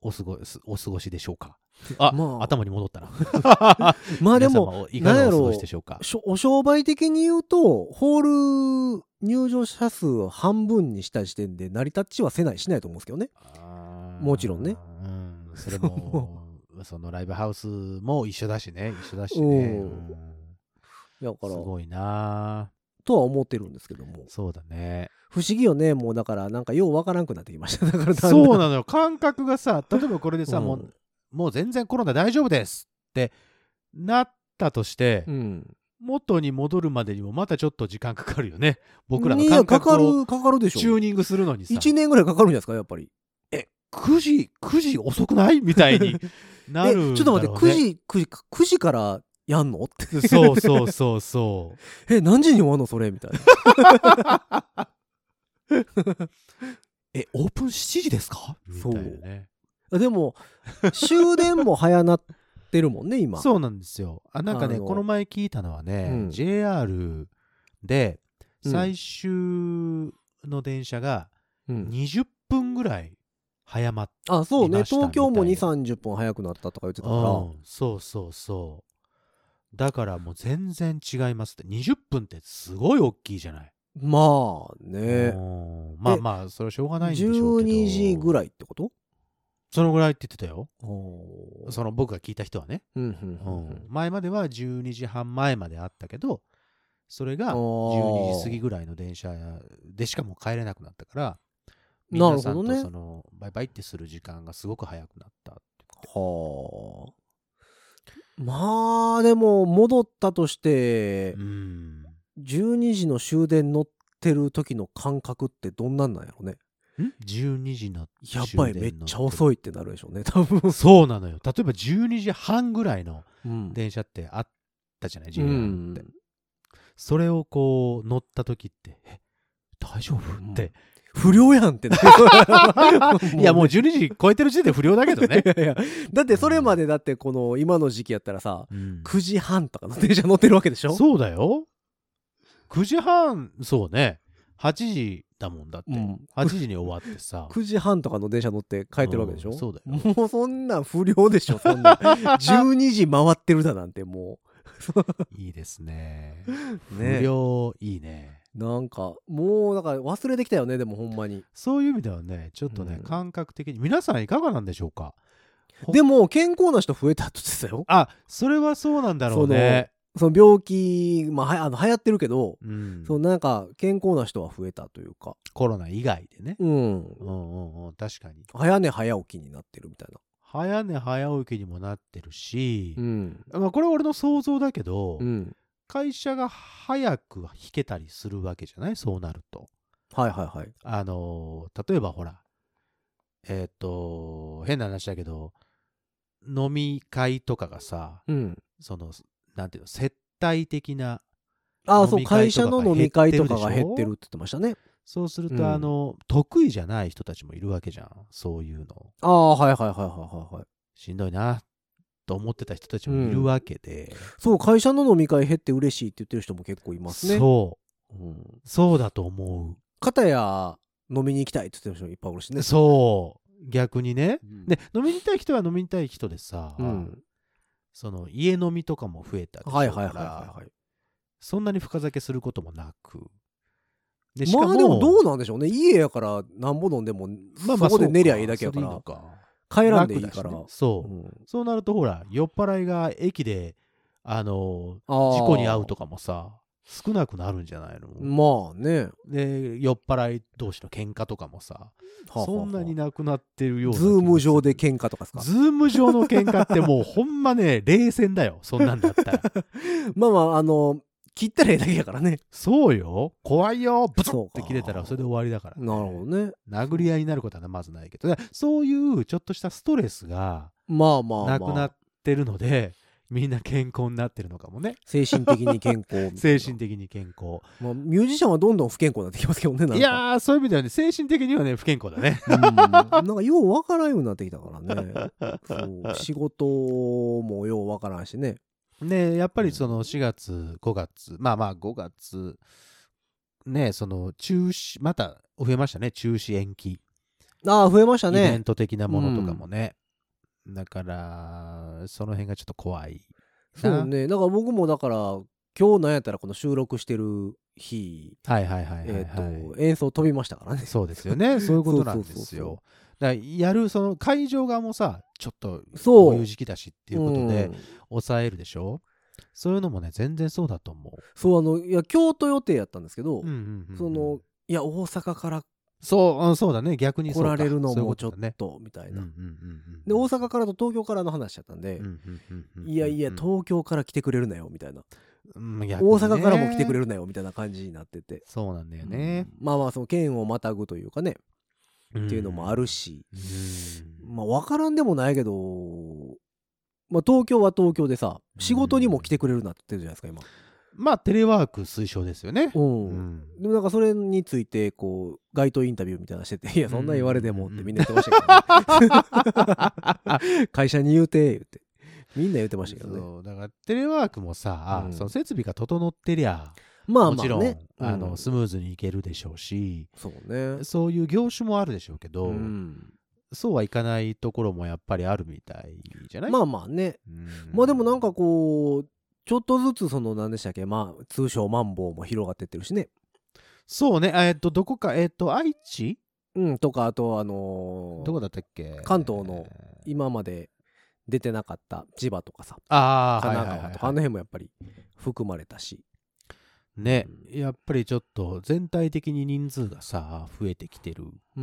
Speaker 3: お過ごすお過ごしでしょうかあ、
Speaker 2: まあ
Speaker 3: 頭に戻ったな。
Speaker 2: [LAUGHS] まあでも
Speaker 3: 皆様いかがお過ごしでしょうか
Speaker 2: しょお商売的に言うとホール入場者数を半分にした時点で成り立ちはせないしないと思うんですけどね
Speaker 3: あー
Speaker 2: もちろんね。
Speaker 3: うん、それも、
Speaker 2: [LAUGHS]
Speaker 3: そのライブハウスも一緒だしね、一緒だしね。
Speaker 2: う
Speaker 3: うんん
Speaker 2: だか
Speaker 3: す
Speaker 2: ら
Speaker 3: ごいな
Speaker 2: とは思ってるんですけども
Speaker 3: そうだね。
Speaker 2: 不思議よねもうだからなんかようわからんくなってきましただからだんだん
Speaker 3: そうなのよ。感覚
Speaker 2: [LAUGHS]
Speaker 3: がさ、例えばこれでさ、
Speaker 2: うん
Speaker 3: もう、もう全然コロナ大丈夫ですってなったとして、
Speaker 2: うん
Speaker 3: 元に戻るまでにもまたちょっと時間かかるよね。僕らの
Speaker 2: いやか
Speaker 3: 感
Speaker 2: か
Speaker 3: 覚を
Speaker 2: るかかるでし
Speaker 3: チ
Speaker 2: ょ
Speaker 3: ューニングするのにさ。
Speaker 2: 1年ぐらいかかるんじゃないですかやっぱり
Speaker 3: 9時、9時遅くないみたいに [LAUGHS] なる
Speaker 2: え
Speaker 3: んだろう、ね。
Speaker 2: ちょっと待って9時9時か9時からやんのって
Speaker 3: そうそうそうそう。
Speaker 2: え何時に終わんのそれみたいな
Speaker 3: [LAUGHS] え、オープン7時ですか
Speaker 2: [LAUGHS]
Speaker 3: みたいなね。
Speaker 2: あでも終電も早なってるもんね今
Speaker 3: そうなんですよ。あ、なんか
Speaker 2: あ
Speaker 3: ね、
Speaker 2: の
Speaker 3: この前聞いたのはね、
Speaker 2: うん
Speaker 3: JR で
Speaker 2: うん
Speaker 3: 最終の電車が
Speaker 2: うん
Speaker 3: 20分ぐらい早まっ
Speaker 2: あそうね
Speaker 3: 見ました
Speaker 2: 東京も
Speaker 3: み
Speaker 2: 2
Speaker 3: たい
Speaker 2: 3 0分早くなったとか言って
Speaker 3: た
Speaker 2: た
Speaker 3: か、
Speaker 2: からら
Speaker 3: そうそうそう。だからもう全然違いますって。20分ってすごい大きいじゃない。
Speaker 2: まあね
Speaker 3: うんまあまあ、それはしょうがないんでしょうけど。
Speaker 2: 12時ぐらいってこと
Speaker 3: そのぐらいって言ってたよ。
Speaker 2: おー
Speaker 3: その僕が聞いた人はね。
Speaker 2: うんうん
Speaker 3: う
Speaker 2: うん
Speaker 3: ん、前までは12時半前まであったけど、それが
Speaker 2: おー
Speaker 3: 12時過ぎぐらいの電車でしかもう帰れなくなったから、
Speaker 2: なる
Speaker 3: 皆
Speaker 2: ほ
Speaker 3: さ
Speaker 2: ど
Speaker 3: ん
Speaker 2: ね
Speaker 3: とその、バイバイってする時間がすごく早くなったって
Speaker 2: はあ。まあ、でも、戻ったとして
Speaker 3: 言って。う、ん。
Speaker 2: 12時の終電乗ってる時の感覚ってどんなんなんやろね。
Speaker 3: ん ?12 時の
Speaker 2: やばい、めっちゃ遅
Speaker 3: い。
Speaker 2: いってなるでしょうね、多分。
Speaker 3: そうなのよ。例えば12時半ぐらいの
Speaker 2: うん
Speaker 3: 電車ってあったじゃない、
Speaker 2: う
Speaker 3: ?12 時半
Speaker 2: ん
Speaker 3: って。それをこう乗った時って、え、大丈夫
Speaker 2: うん [LAUGHS]
Speaker 3: って。
Speaker 2: 不良やん
Speaker 3: [LAUGHS]
Speaker 2: ってなる
Speaker 3: いや、もう12時超えてる時点で不良だけ
Speaker 2: [LAUGHS]
Speaker 3: どね
Speaker 2: い。やいやだってそれまでだってこの今の時期やったらさ
Speaker 3: うん
Speaker 2: 9時半とかの電車乗ってるわけでしょ
Speaker 3: そうだよ。9時半、そうね。8時だもんだって。
Speaker 2: うん
Speaker 3: 8時に終わってさ。
Speaker 2: [LAUGHS] 9時半とかの電車乗って帰ってるわけでしょ、
Speaker 3: うんそうだよ
Speaker 2: もうそんなん不良でしょそんなん
Speaker 3: [LAUGHS]
Speaker 2: 12時回ってるだなんても
Speaker 3: いいですね。
Speaker 2: う
Speaker 3: 無
Speaker 2: ね
Speaker 3: 料、いいね。
Speaker 2: なんかもうだから忘れてきたよねでもほんまに
Speaker 3: そういう意味ではね、ちょっとね、
Speaker 2: うん
Speaker 3: 感覚的に、皆さんいかがなんでしょうかほ
Speaker 2: でも健康な人増えたって言ってたよ
Speaker 3: あ、それはそうなんだろうね。
Speaker 2: その病気まあはやあの流行ってるけど、
Speaker 3: うん、
Speaker 2: そのなんか健康な人は増えたというか
Speaker 3: コロナ以外でね。
Speaker 2: うん
Speaker 3: うんうんうん、確かに。
Speaker 2: 早寝早起きになってるみたいな
Speaker 3: 早寝早起きにもなってるし、
Speaker 2: ん
Speaker 3: まあこれは俺の想像だけど、
Speaker 2: うん
Speaker 3: 会社が早く引けたりするわけじゃないそうなると。
Speaker 2: はいはいはい
Speaker 3: あのー例えばほら、えっ、と、変な話だけど、飲み会とかがさ、
Speaker 2: うん
Speaker 3: その、なんていうの、接待的な、
Speaker 2: ああそう
Speaker 3: 飲み会
Speaker 2: 会
Speaker 3: と
Speaker 2: 社
Speaker 3: かが
Speaker 2: の飲み会とかが
Speaker 3: 減
Speaker 2: 減
Speaker 3: っ
Speaker 2: ってて
Speaker 3: る
Speaker 2: るっ
Speaker 3: でしょ
Speaker 2: て言ってましたね
Speaker 3: そうすると、
Speaker 2: うん
Speaker 3: あの、得意じゃない人たちもいるわけじゃん、そういうの。
Speaker 2: ああはいはいはいはいはいはい
Speaker 3: しんどいな、と思ってた人たちもいるわけで、
Speaker 2: そう会社の飲み会減って嬉しいって言ってる人も結構いますね
Speaker 3: そう、
Speaker 2: うん
Speaker 3: そうだと思
Speaker 2: 片や飲みに行きたいって言ってる人もいっぱいおるし
Speaker 3: う。
Speaker 2: ね
Speaker 3: そう、逆にね。
Speaker 2: うん
Speaker 3: で、飲みに行きたい人は飲みに行きたい人でさ、
Speaker 2: うん
Speaker 3: その、家飲みとかも増えたでしょうか
Speaker 2: は
Speaker 3: ら
Speaker 2: いはいはいはいはい
Speaker 3: そんなに深酒することもなく。で
Speaker 2: まあでもどうなんでしょうね家やからなんぼ飲んでもそこで寝りゃいいだけやか
Speaker 3: それ
Speaker 2: ら
Speaker 3: のか
Speaker 2: 帰らんでいいから
Speaker 3: 楽だしねそう。
Speaker 2: うん
Speaker 3: そうなると、ほら、酔っ払いが駅で、あの
Speaker 2: あ
Speaker 3: ー
Speaker 2: ー
Speaker 3: 事故に遭うとかもさ、少なくなるんじゃないの、
Speaker 2: まあね
Speaker 3: で、酔っ払い同士の喧嘩とかもさ、そんなに
Speaker 2: な
Speaker 3: なくなってるような気
Speaker 2: ズ
Speaker 3: がする。
Speaker 2: ーム上で喧嘩とかですか
Speaker 3: ズーム上の喧嘩ってもうほんまね、冷戦
Speaker 2: [LAUGHS]
Speaker 3: だよ。そんなんだったら。
Speaker 2: まあまああの切ったらええだけやから
Speaker 3: [LAUGHS]
Speaker 2: ね
Speaker 3: そうよ。怖いよ。ブツ
Speaker 2: そう
Speaker 3: ッ
Speaker 2: か
Speaker 3: て切れたらそれで終わりだから、
Speaker 2: なるほどね
Speaker 3: 殴り合いになることはまずないけどだからそういうちょっとしたストレスが
Speaker 2: まあまあまあ
Speaker 3: なくなってるので、みんな健康になってるのかもね
Speaker 2: 精神的に健康みたいな
Speaker 3: 精神的に健康
Speaker 2: まあ、ミュージシャンはどんどん不健康になってきますけどねなんか
Speaker 3: いやーそういう意味ではね精神的にはね不健康だね
Speaker 2: うんなんかようわからんようになってきたからね
Speaker 3: [LAUGHS]
Speaker 2: そう仕事もようわからんしね
Speaker 3: ねやっぱりその4月5月まあまあ5月ねその中止また増えましたね中止延期
Speaker 2: ああ増えました
Speaker 3: イベ
Speaker 2: ね
Speaker 3: ント的なものとかもね、だからその辺がちょっと怖い
Speaker 2: そうねだから僕もだから今日なんやったらこの収録してる日、
Speaker 3: はいはいはいはい、はい
Speaker 2: えっ、と演奏飛びましたからね
Speaker 3: そうですよね。そういうことなんで
Speaker 2: そうそ
Speaker 3: す
Speaker 2: うそうそう
Speaker 3: よ。だからやるその会場側もさ、ちょっと
Speaker 2: そう
Speaker 3: こういう時期だしっていうことで
Speaker 2: ん
Speaker 3: 抑えるでしょ。そういうのもね全然そうだと思う。
Speaker 2: そうあのいや京都予定やったんですけど、
Speaker 3: うんうんうん
Speaker 2: そのいや大阪から
Speaker 3: そううんそうだね逆にそ
Speaker 2: 来
Speaker 3: うから
Speaker 2: れるの
Speaker 3: そういう
Speaker 2: も
Speaker 3: こ
Speaker 2: ちょっ
Speaker 3: だね。
Speaker 2: とみたい
Speaker 3: うんうん
Speaker 2: な
Speaker 3: うんうん
Speaker 2: で大阪からと東京からの話やったんで、
Speaker 3: うんうんうんうんうん
Speaker 2: いやいや、東京から来てくれるなよみたいな、
Speaker 3: うん逆にね
Speaker 2: 大阪からも来てくれるなよみたいな感じになってて、
Speaker 3: そうなんだよね。
Speaker 2: うんまあまあその県をまたぐというかね、っていうのもあるし
Speaker 3: うん。
Speaker 2: まあ分からんでもないけど、まあ、東京は東京でさ仕事にも来てくれるなって言ってるじゃないですか
Speaker 3: まあテレワーク推奨ですよね。
Speaker 2: 今、う
Speaker 3: うん
Speaker 2: でもなんかそれについてこう街頭インタビューみたいなのして
Speaker 3: [LAUGHS]
Speaker 2: て「いやそんなん言われても」ってみんな言ってましたけど、ね、会社に言うて言ってみんな言 [LAUGHS] ってましたけどね
Speaker 3: そうだからテレワークもさ、
Speaker 2: うん
Speaker 3: その設備が整ってりゃ
Speaker 2: まあまあね
Speaker 3: もちろん、あ
Speaker 2: う
Speaker 3: の
Speaker 2: ん
Speaker 3: スムーズにいけるでしょうし
Speaker 2: そうね
Speaker 3: そういう業種もあるでしょうけど、
Speaker 2: うん
Speaker 3: そうはいかないところもやっぱりあるみたいじゃない、
Speaker 2: まあまあね
Speaker 3: うん
Speaker 2: まあでもなんかこうちょっとずつその何でしたっけまあ通称マンボウも広がってってるしね
Speaker 3: そうねあえっとどこかえっと愛知
Speaker 2: うん、とかあとあのー
Speaker 3: どこだったっけ
Speaker 2: 関東の今まで出てなかった千葉とかさ
Speaker 3: ああ
Speaker 2: 神奈川とかあ
Speaker 3: はいはいは
Speaker 2: の辺
Speaker 3: い
Speaker 2: もやっぱり含まれたし
Speaker 3: ねやっぱりちょっと全体的に人数がさ増えてきてる
Speaker 2: 状
Speaker 3: 状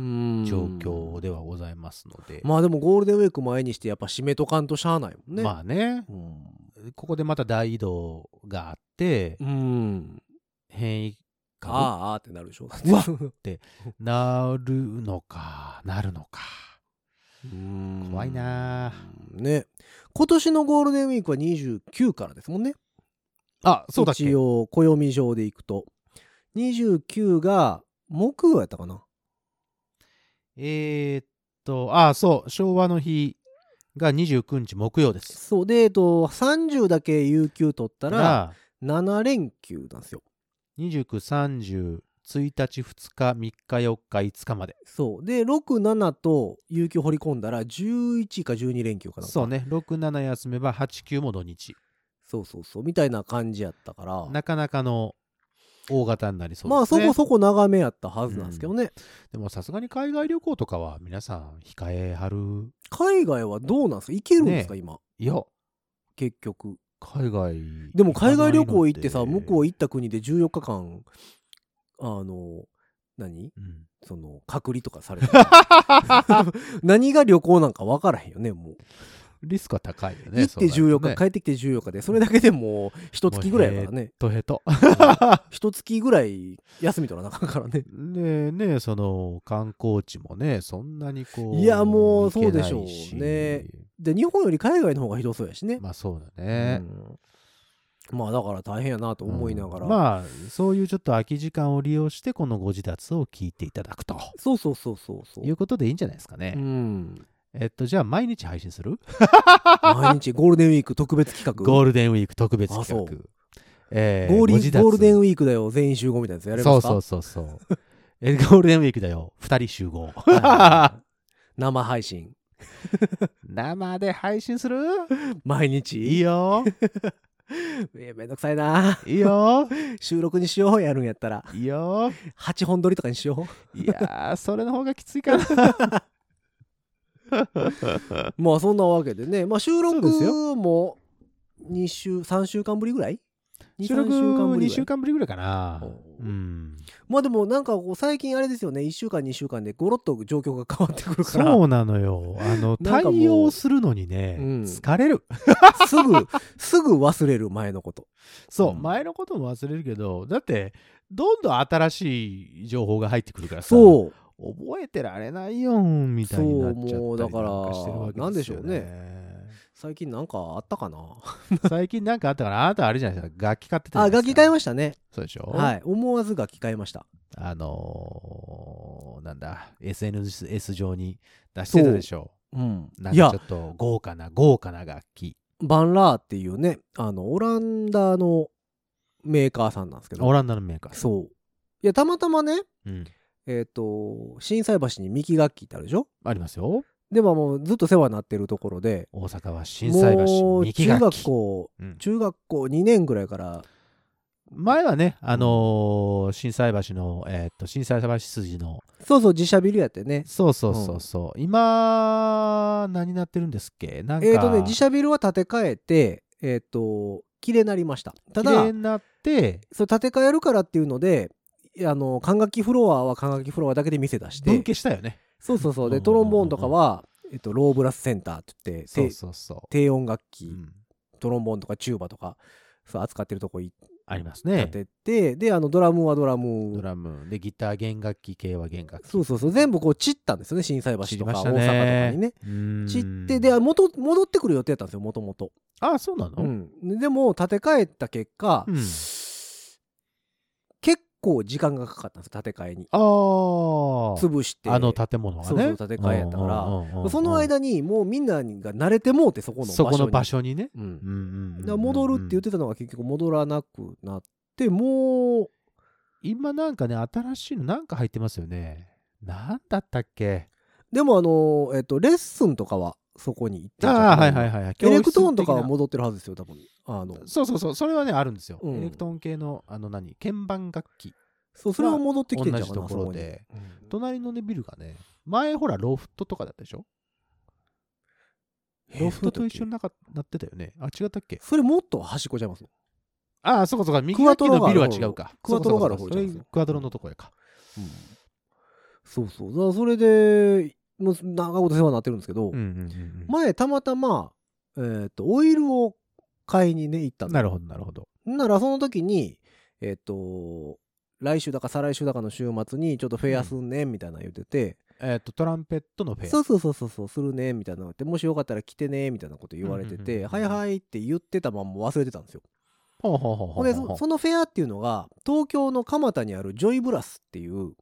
Speaker 3: 況ではございますので、
Speaker 2: まあでもゴールデンウィーク前にしてやっぱ締めとかんとしゃあないもんね
Speaker 3: まあね
Speaker 2: うん
Speaker 3: ここでまた大移動があって
Speaker 2: うん
Speaker 3: 変異
Speaker 2: あ
Speaker 3: 株
Speaker 2: あああってなるでしょ
Speaker 3: うわなるのかなるのか
Speaker 2: うん
Speaker 3: 怖いなあ
Speaker 2: ね今年のゴールデンウィークは29からですもんね
Speaker 3: あそうだっけ
Speaker 2: 一応暦上でいくと29が木曜やったかな
Speaker 3: えーっとあそう昭和の日が29日木曜です
Speaker 2: そうでえっと30だけ有給取ったら
Speaker 3: ら
Speaker 2: 7連休なんですよ
Speaker 3: 2930 1日2日3日4日5日まで
Speaker 2: そうで67と有給掘り込んだら11か12連休かな
Speaker 3: そうね67休めば89も土日
Speaker 2: そうそうそうみたいな感じやったから
Speaker 3: なかなかの大型になりそう
Speaker 2: まあ
Speaker 3: です
Speaker 2: そ
Speaker 3: ね
Speaker 2: こそこ長めやったはずなんですけどね、
Speaker 3: でもさすがに海外旅行とかは皆さん控えはる
Speaker 2: 海外はどうなんですか行けるんですか、今
Speaker 3: いや
Speaker 2: 結局
Speaker 3: 海外
Speaker 2: でも海外旅行行ってさ
Speaker 3: 行かないの
Speaker 2: 向こう行った国で14日間あの何
Speaker 3: うん
Speaker 2: その隔離とかされた
Speaker 3: [LAUGHS]
Speaker 2: ら何が旅行なんか分からへんよねもう
Speaker 3: リスクは高いよね
Speaker 2: 行って14日、
Speaker 3: そうなると
Speaker 2: 帰ってきて14日でそれだけでもう一月ぐらいやからね
Speaker 3: ねヘト
Speaker 2: 一月ぐらい休み取らなあかんからね
Speaker 3: ヘトねえねえその観光地もねそんなにこうい
Speaker 2: いやもう
Speaker 3: 行けないし
Speaker 2: そうでしょうねで日本より海外の方がひどそうやしね、
Speaker 3: まあそうだね、
Speaker 2: うんまあだから大変やなと思いながら、
Speaker 3: うんまあそういうちょっと空き時間を利用してこのご自立を聞いていただくと
Speaker 2: そうそうそうそうそう
Speaker 3: いうことでいいんじゃないですかね
Speaker 2: う、
Speaker 3: [LAUGHS]
Speaker 2: ん、
Speaker 3: えっとじゃあ毎日配信する
Speaker 2: 毎日ゴールデンウィーク特別企画
Speaker 3: ゴ
Speaker 2: ゴ
Speaker 3: ールデンウィーク特別企
Speaker 2: あそ
Speaker 3: 画え
Speaker 2: ーリゴールデン
Speaker 3: ウィー
Speaker 2: ウィークだよ全員集合みたいなやつや
Speaker 3: ク
Speaker 2: れますか
Speaker 3: そうそうそうそう [LAUGHS] えゴールデンウィークだよ2人集
Speaker 2: はい
Speaker 3: 合
Speaker 2: はいはい [LAUGHS] 生配信
Speaker 3: 生で配信する
Speaker 2: 毎
Speaker 3: いい
Speaker 2: 日
Speaker 3: よ
Speaker 2: えめんどくさいない
Speaker 3: いよ
Speaker 2: 収録にしようやるんやったら
Speaker 3: いいよ
Speaker 2: 8本撮りとかにし
Speaker 3: [LAUGHS]
Speaker 2: よ
Speaker 3: いやーそれの方がきついかな
Speaker 2: [LAUGHS] うまあそんなわけでねまあ収
Speaker 3: そうです
Speaker 2: 録も2週3週間ぶりぐらい
Speaker 3: 収録
Speaker 2: 2 3
Speaker 3: 2
Speaker 2: ぐら
Speaker 3: 週
Speaker 2: い
Speaker 3: 間ぶりぐらいかな
Speaker 2: おう [LAUGHS]
Speaker 3: うん
Speaker 2: まあでもなんかこう最近あれですよね1週間2週間でゴロッと状況が変わってくるから
Speaker 3: そうなのよあの
Speaker 2: なんかもう
Speaker 3: 対応するのにね
Speaker 2: うん
Speaker 3: 疲れる
Speaker 2: すぐ、すぐ忘れる前のこと。
Speaker 3: そう、
Speaker 2: うん
Speaker 3: 前のことも忘れるけどだってどんどん新しい情報が入ってくるからさ
Speaker 2: そう。
Speaker 3: 覚えてられないよみたいになっちゃったり
Speaker 2: そうもうだから
Speaker 3: なんかしてるわけですよ、ね、
Speaker 2: なんでしょう最近なんかあったかな
Speaker 3: [LAUGHS] 最近なんかあったからあなたあれじゃないですか楽器買ってた
Speaker 2: あ、楽器買い
Speaker 3: ま
Speaker 2: ましたね。
Speaker 3: そうでしょ
Speaker 2: はいい。思わず楽器買いました。
Speaker 3: あのー、なんだ SNS 上に出してたでしょ
Speaker 2: うん
Speaker 3: なん
Speaker 2: い
Speaker 3: か
Speaker 2: や
Speaker 3: ちょ、っと豪華な豪華な楽器
Speaker 2: バンラーっていうね、あの、オランダのメーカーさんなんですけ
Speaker 3: オ
Speaker 2: ど。
Speaker 3: ランダのメーカーさ
Speaker 2: そう。いや、たまたまね、
Speaker 3: ん、うん、
Speaker 2: えっ、と、心斎橋に三木楽器ってあるでしょ
Speaker 3: ありますよ
Speaker 2: でももうずっと世話になってるところで、
Speaker 3: 大阪は心斎
Speaker 2: も
Speaker 3: 橋
Speaker 2: う
Speaker 3: 三木
Speaker 2: 中
Speaker 3: 楽
Speaker 2: 学
Speaker 3: 器
Speaker 2: 校、
Speaker 3: うん
Speaker 2: 中学校2年ぐらいから、
Speaker 3: 前はね、あのー、心斎橋の、えーっと、心斎橋筋の、
Speaker 2: そうそう、自社ビルやってね。
Speaker 3: そうそうそうそう、今、何になってるんですっけなんか、
Speaker 2: えーとね、自社ビルは建て替えて、えっ、と、綺麗になりました。た
Speaker 3: 綺
Speaker 2: だ
Speaker 3: 麗、になって、
Speaker 2: それ建て替えるからっていうので、あの、管楽器フロアは管楽器フロアだけで店出し
Speaker 3: 分
Speaker 2: て、
Speaker 3: 家したよね。
Speaker 2: そうそうそう。
Speaker 3: う
Speaker 2: で、
Speaker 3: ん
Speaker 2: トロンボーンとかは、えっと、ローブラスセンターって言って、
Speaker 3: そう
Speaker 2: て
Speaker 3: そうそう。
Speaker 2: 低音楽器、
Speaker 3: うん
Speaker 2: トロンボーンとかチューバとか、そう扱ってるとこ行っ
Speaker 3: あります
Speaker 2: て
Speaker 3: ね。
Speaker 2: て、で、あの、ドラムはドラ
Speaker 3: ド
Speaker 2: ム。
Speaker 3: ラム、で、ギター、弦楽器、系は弦楽器。
Speaker 2: そうそうそう。全部こう散ったんですよね、震災
Speaker 3: 知
Speaker 2: 橋
Speaker 3: り
Speaker 2: と
Speaker 3: ま
Speaker 2: か、
Speaker 3: し
Speaker 2: 大
Speaker 3: たね
Speaker 2: 阪とかにね。
Speaker 3: うーん
Speaker 2: 散って、で、元戻ってくる予定だったんですよ、もともと。
Speaker 3: あ、そうなの、
Speaker 2: うん、でも建て替えた結果、
Speaker 3: うん
Speaker 2: 結構時間がかかったんです建て替えに
Speaker 3: あー
Speaker 2: 潰して
Speaker 3: あの建物がね。
Speaker 2: そうそう建て替えやったから
Speaker 3: うんうんうんうん
Speaker 2: その間にもうみんなが慣れてもうてそこの場所に
Speaker 3: そこの場所にね。
Speaker 2: うん
Speaker 3: うんうんうんうん
Speaker 2: だから戻るって言ってたのが結局戻らなくなってもう
Speaker 3: 今なんかね新しいのなんか入ってますよねなんだったっけ
Speaker 2: でもあのえっとレッスンとかはそこに行ってんちゃう
Speaker 3: ああ
Speaker 2: か
Speaker 3: はい
Speaker 2: な
Speaker 3: はいはい
Speaker 2: エレクトーンとかは
Speaker 3: 教室
Speaker 2: 戻ってるはずですよ多分あの
Speaker 3: 的なそうそうそうそれはねあるんですよ、
Speaker 2: うん
Speaker 3: エレクトーン系のあの何鍵盤楽器
Speaker 2: そう、それは戻ってきてんじゃん
Speaker 3: 同じところで。
Speaker 2: あそにうん
Speaker 3: 隣のね、ビルがね、前ほら、ロフトとかだったでしょ
Speaker 2: えー
Speaker 3: ロフトと一緒
Speaker 2: そうだっ
Speaker 3: になかなってたよね。あ、違ったっけ
Speaker 2: けそれもっと端っこちゃいます
Speaker 3: ああ、そうかそうか。右
Speaker 2: クワ
Speaker 3: 脇
Speaker 2: トロ
Speaker 3: の
Speaker 2: があ
Speaker 3: ビ
Speaker 2: る
Speaker 3: ル
Speaker 2: 方
Speaker 3: は違うか。
Speaker 2: クワトロがある
Speaker 3: そう
Speaker 2: 方
Speaker 3: か
Speaker 2: じゃ
Speaker 3: そ
Speaker 2: ん
Speaker 3: うかそれクワトロのとこやか。
Speaker 2: そうそう。だからそれで、もう長いこと世話になってるんですけど、
Speaker 3: うんうんうんうん
Speaker 2: 前たまたま、えっ、と、オイルを買いにね、行ったん
Speaker 3: なるほど、なるほど。
Speaker 2: ならその時に、えっ、と、来週だか再来週だかの週末にちょっとフェアすんねんみたいなの言ってて、
Speaker 3: えっと、トランペットのフェア。
Speaker 2: そうそうそうそうそうするねんみたいなの言ってもしよかったら来てねみたいなこと言われて
Speaker 3: うんうんうん
Speaker 2: て、
Speaker 3: うん
Speaker 2: はいはいって言ってたまんま忘れてたんですよ。
Speaker 3: ほうほうほう
Speaker 2: ほ
Speaker 3: ほ
Speaker 2: ん
Speaker 3: う
Speaker 2: で
Speaker 3: ほう
Speaker 2: そそのフェアっていうのが東京の蒲田にあるジョイブラスっていう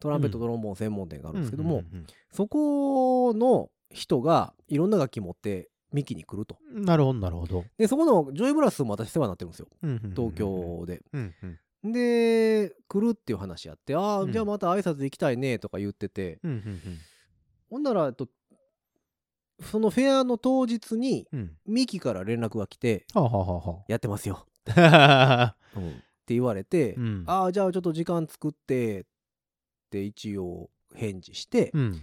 Speaker 2: トランペット
Speaker 3: うん
Speaker 2: トロンボーン専門店があるんですけど
Speaker 3: う
Speaker 2: も
Speaker 3: んうん
Speaker 2: そこの人がいろんな楽器持ってミキに来ると
Speaker 3: うんなるほど、なるほど。
Speaker 2: でそこのジョイブラスも私世話になってるんですよ
Speaker 3: うんうんうんうん
Speaker 2: 東。京で
Speaker 3: うんうん
Speaker 2: で来るっていう話やってあ
Speaker 3: う
Speaker 2: あ
Speaker 3: ん
Speaker 2: じゃあまた挨拶行きたいねとか言ってて
Speaker 3: うんうん
Speaker 2: ほんならえっとそのフェアの当日に
Speaker 3: うんうん。
Speaker 2: ミキから連絡が来て
Speaker 3: はあはあはあは
Speaker 2: 「やってますよ」
Speaker 3: あ。
Speaker 2: って言われて、
Speaker 3: [LAUGHS] うん
Speaker 2: ああじゃあちょっと時間作ってって一応返事して、
Speaker 3: うん。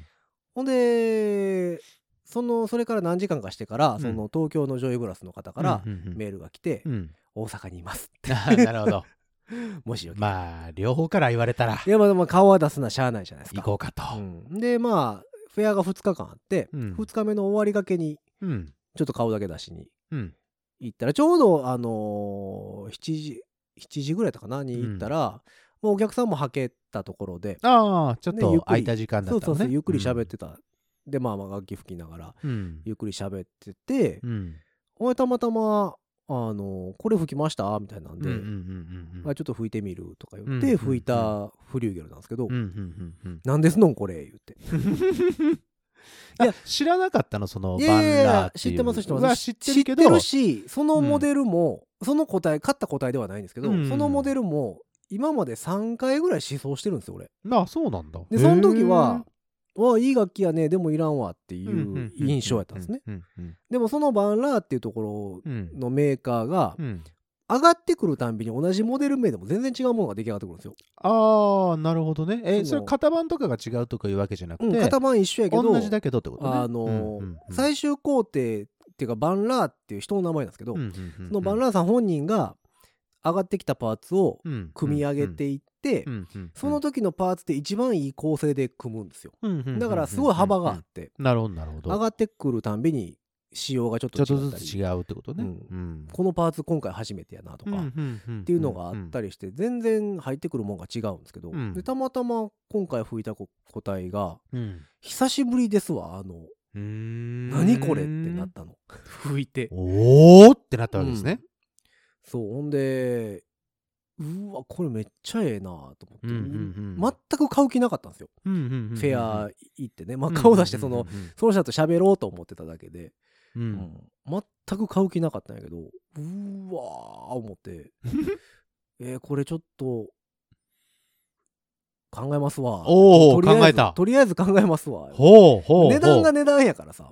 Speaker 2: ほんでそのそれから何時間かしてから、
Speaker 3: ん
Speaker 2: その東京のジョイグラスの方から
Speaker 3: うんうんうん
Speaker 2: メールが来て、
Speaker 3: うん。
Speaker 2: 大阪にいますって
Speaker 3: あ [LAUGHS] ーなるほど。
Speaker 2: [LAUGHS] もしよければ、
Speaker 3: まあ、両方から言われたら、
Speaker 2: いやまあまあ顔は出すのはしゃあないじゃないですか
Speaker 3: 行こうかと。
Speaker 2: うんでまあフェアが2日間あって、
Speaker 3: うん
Speaker 2: 2日目の終わりがけに
Speaker 3: うん。
Speaker 2: ちょっと顔だけ出しに
Speaker 3: うん。
Speaker 2: 行ったらちょうどあのー7時7時ぐらいだったかなに行ったら、もうお客さんもはけたところで
Speaker 3: ああ、ちょっ
Speaker 2: ねゆっくり
Speaker 3: と空いた時間だ
Speaker 2: そ
Speaker 3: っ
Speaker 2: う
Speaker 3: たのね。
Speaker 2: そうそうゆっくり喋ってた、でまあまあ楽器吹きながら
Speaker 3: うん。
Speaker 2: ゆっくり喋ってて、
Speaker 3: うん。
Speaker 2: お前たまたま「あのこれ吹きました?」みたいなん
Speaker 3: うん。う
Speaker 2: で、
Speaker 3: ん。うん。うん。
Speaker 2: あ「ちょっと吹いてみる」とか言っ
Speaker 3: うんうんう
Speaker 2: て
Speaker 3: ん
Speaker 2: 吹いたフリューゲルなんですけど「
Speaker 3: うん。うん。うん。
Speaker 2: なんですのんこれ」言って
Speaker 3: いや、知らなかったの、その、
Speaker 2: 「いやいや
Speaker 3: バン
Speaker 2: い
Speaker 3: ラー
Speaker 2: や
Speaker 3: って
Speaker 2: 知
Speaker 3: いう。
Speaker 2: ってます知って
Speaker 3: う
Speaker 2: ま
Speaker 3: わ
Speaker 2: す
Speaker 3: 知
Speaker 2: 知って
Speaker 3: っ
Speaker 2: て
Speaker 3: る
Speaker 2: る
Speaker 3: けど。
Speaker 2: しそのモデルも、その答え勝った答えではないんですけど、
Speaker 3: うん
Speaker 2: そのモデルも今まで3回ぐらい思想してるんですよ俺。
Speaker 3: なあ、そうなんだ。
Speaker 2: でその時は「わあいい楽器やねでもいらんわ」って
Speaker 3: へ
Speaker 2: い
Speaker 3: ー、
Speaker 2: う印象やったんですね。
Speaker 3: うん。うん。
Speaker 2: でもそのバンラーっていうとこ
Speaker 3: う
Speaker 2: ろ
Speaker 3: ん。
Speaker 2: のメーカーが
Speaker 3: うん。
Speaker 2: 上がってくるたんびに同じモデル名でも全然違うものが出来上がってくるんですよ。
Speaker 3: ああ、なるほどね。え、
Speaker 2: その
Speaker 3: それ型番とかが違うとかいうわけじゃなく
Speaker 2: うん、
Speaker 3: て、
Speaker 2: 型番一緒やけど
Speaker 3: 同じだけどってことね。
Speaker 2: あのー
Speaker 3: うんうんうん
Speaker 2: 最終工程っていうかバンラーっていう人の名前なんですけど、
Speaker 3: うんうんうんうん
Speaker 2: そのバンラーさん本人が上がってきたパーツを組み上げていって、
Speaker 3: うんうんうん
Speaker 2: その時のパーツって一番いい構成で組むんですよ。
Speaker 3: うんうんうんうん
Speaker 2: だからすごい幅があって、
Speaker 3: なるほどなるほど
Speaker 2: 上がってくるたんびに仕様がちょっ
Speaker 3: ちょ
Speaker 2: と
Speaker 3: っと
Speaker 2: 違っ
Speaker 3: ず
Speaker 2: たり
Speaker 3: つ違うってことね
Speaker 2: うん
Speaker 3: うん
Speaker 2: このパーツ今回初めてやなとか、っ
Speaker 3: って
Speaker 2: いうのがあった
Speaker 3: り
Speaker 2: りして全然入ってくるもんが違うんですけど、
Speaker 3: うん
Speaker 2: でたまたま今回吹いた個体が「久しぶりですわあの何
Speaker 3: 何
Speaker 2: これ」ってなったの吹いて
Speaker 3: おおってなったわけですね
Speaker 2: そうほんでうわこれめっちゃええなと思って、
Speaker 3: うんうんうん
Speaker 2: 全く買う気なかったんですよ、
Speaker 3: フ
Speaker 2: フェア行ってね、まあ、顔出してその、その人と喋ろうと思ってただけで、うん全く買う気なかったんやけどうーわー思って
Speaker 3: [LAUGHS]
Speaker 2: えーこれちょっと考えますわ
Speaker 3: お
Speaker 2: と
Speaker 3: お
Speaker 2: りあえず
Speaker 3: 考えた
Speaker 2: とりあえず考えますわ
Speaker 3: ほうほうほう
Speaker 2: 値段が値段やからさ、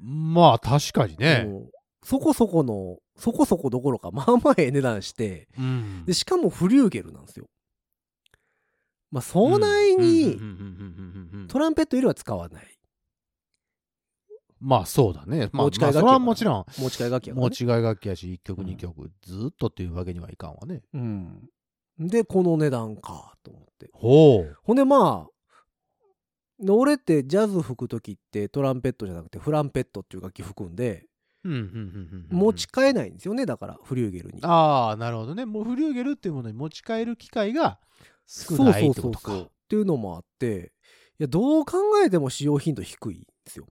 Speaker 3: まあ確かにね
Speaker 2: もうそこそこのそこそこどころかまあまあええ値段して
Speaker 3: うん
Speaker 2: でしかもフリューゲルなんですよまあそない
Speaker 3: うん
Speaker 2: に
Speaker 3: うんうんうんうんうん
Speaker 2: トランペットよりは使わない
Speaker 3: まあそうだねまあ
Speaker 2: 持ち
Speaker 3: ま
Speaker 2: 替え楽器やから
Speaker 3: あそれはもちろん
Speaker 2: 持ち替え楽器やから
Speaker 3: 持
Speaker 2: ね
Speaker 3: ち替え楽器やし1曲
Speaker 2: うん
Speaker 3: 2曲ずっとっていうわけにはいかんわね
Speaker 2: うんでこの値段かと思って
Speaker 3: ほう
Speaker 2: ほんでまあ俺ってジャズ吹く時ってトランペットじゃなくてフランペットっていう楽器吹くんで
Speaker 3: うんうんうんうんうん
Speaker 2: 持ち替えないんですよねだからフリューゲルに。
Speaker 3: ああなるほどねもうフリューゲルっていうものに持ち替える機会が少ないってことか
Speaker 2: そうそうそうそうっていうのもあっていやどう考えても使用頻度低いんです
Speaker 3: [LAUGHS]
Speaker 2: よ。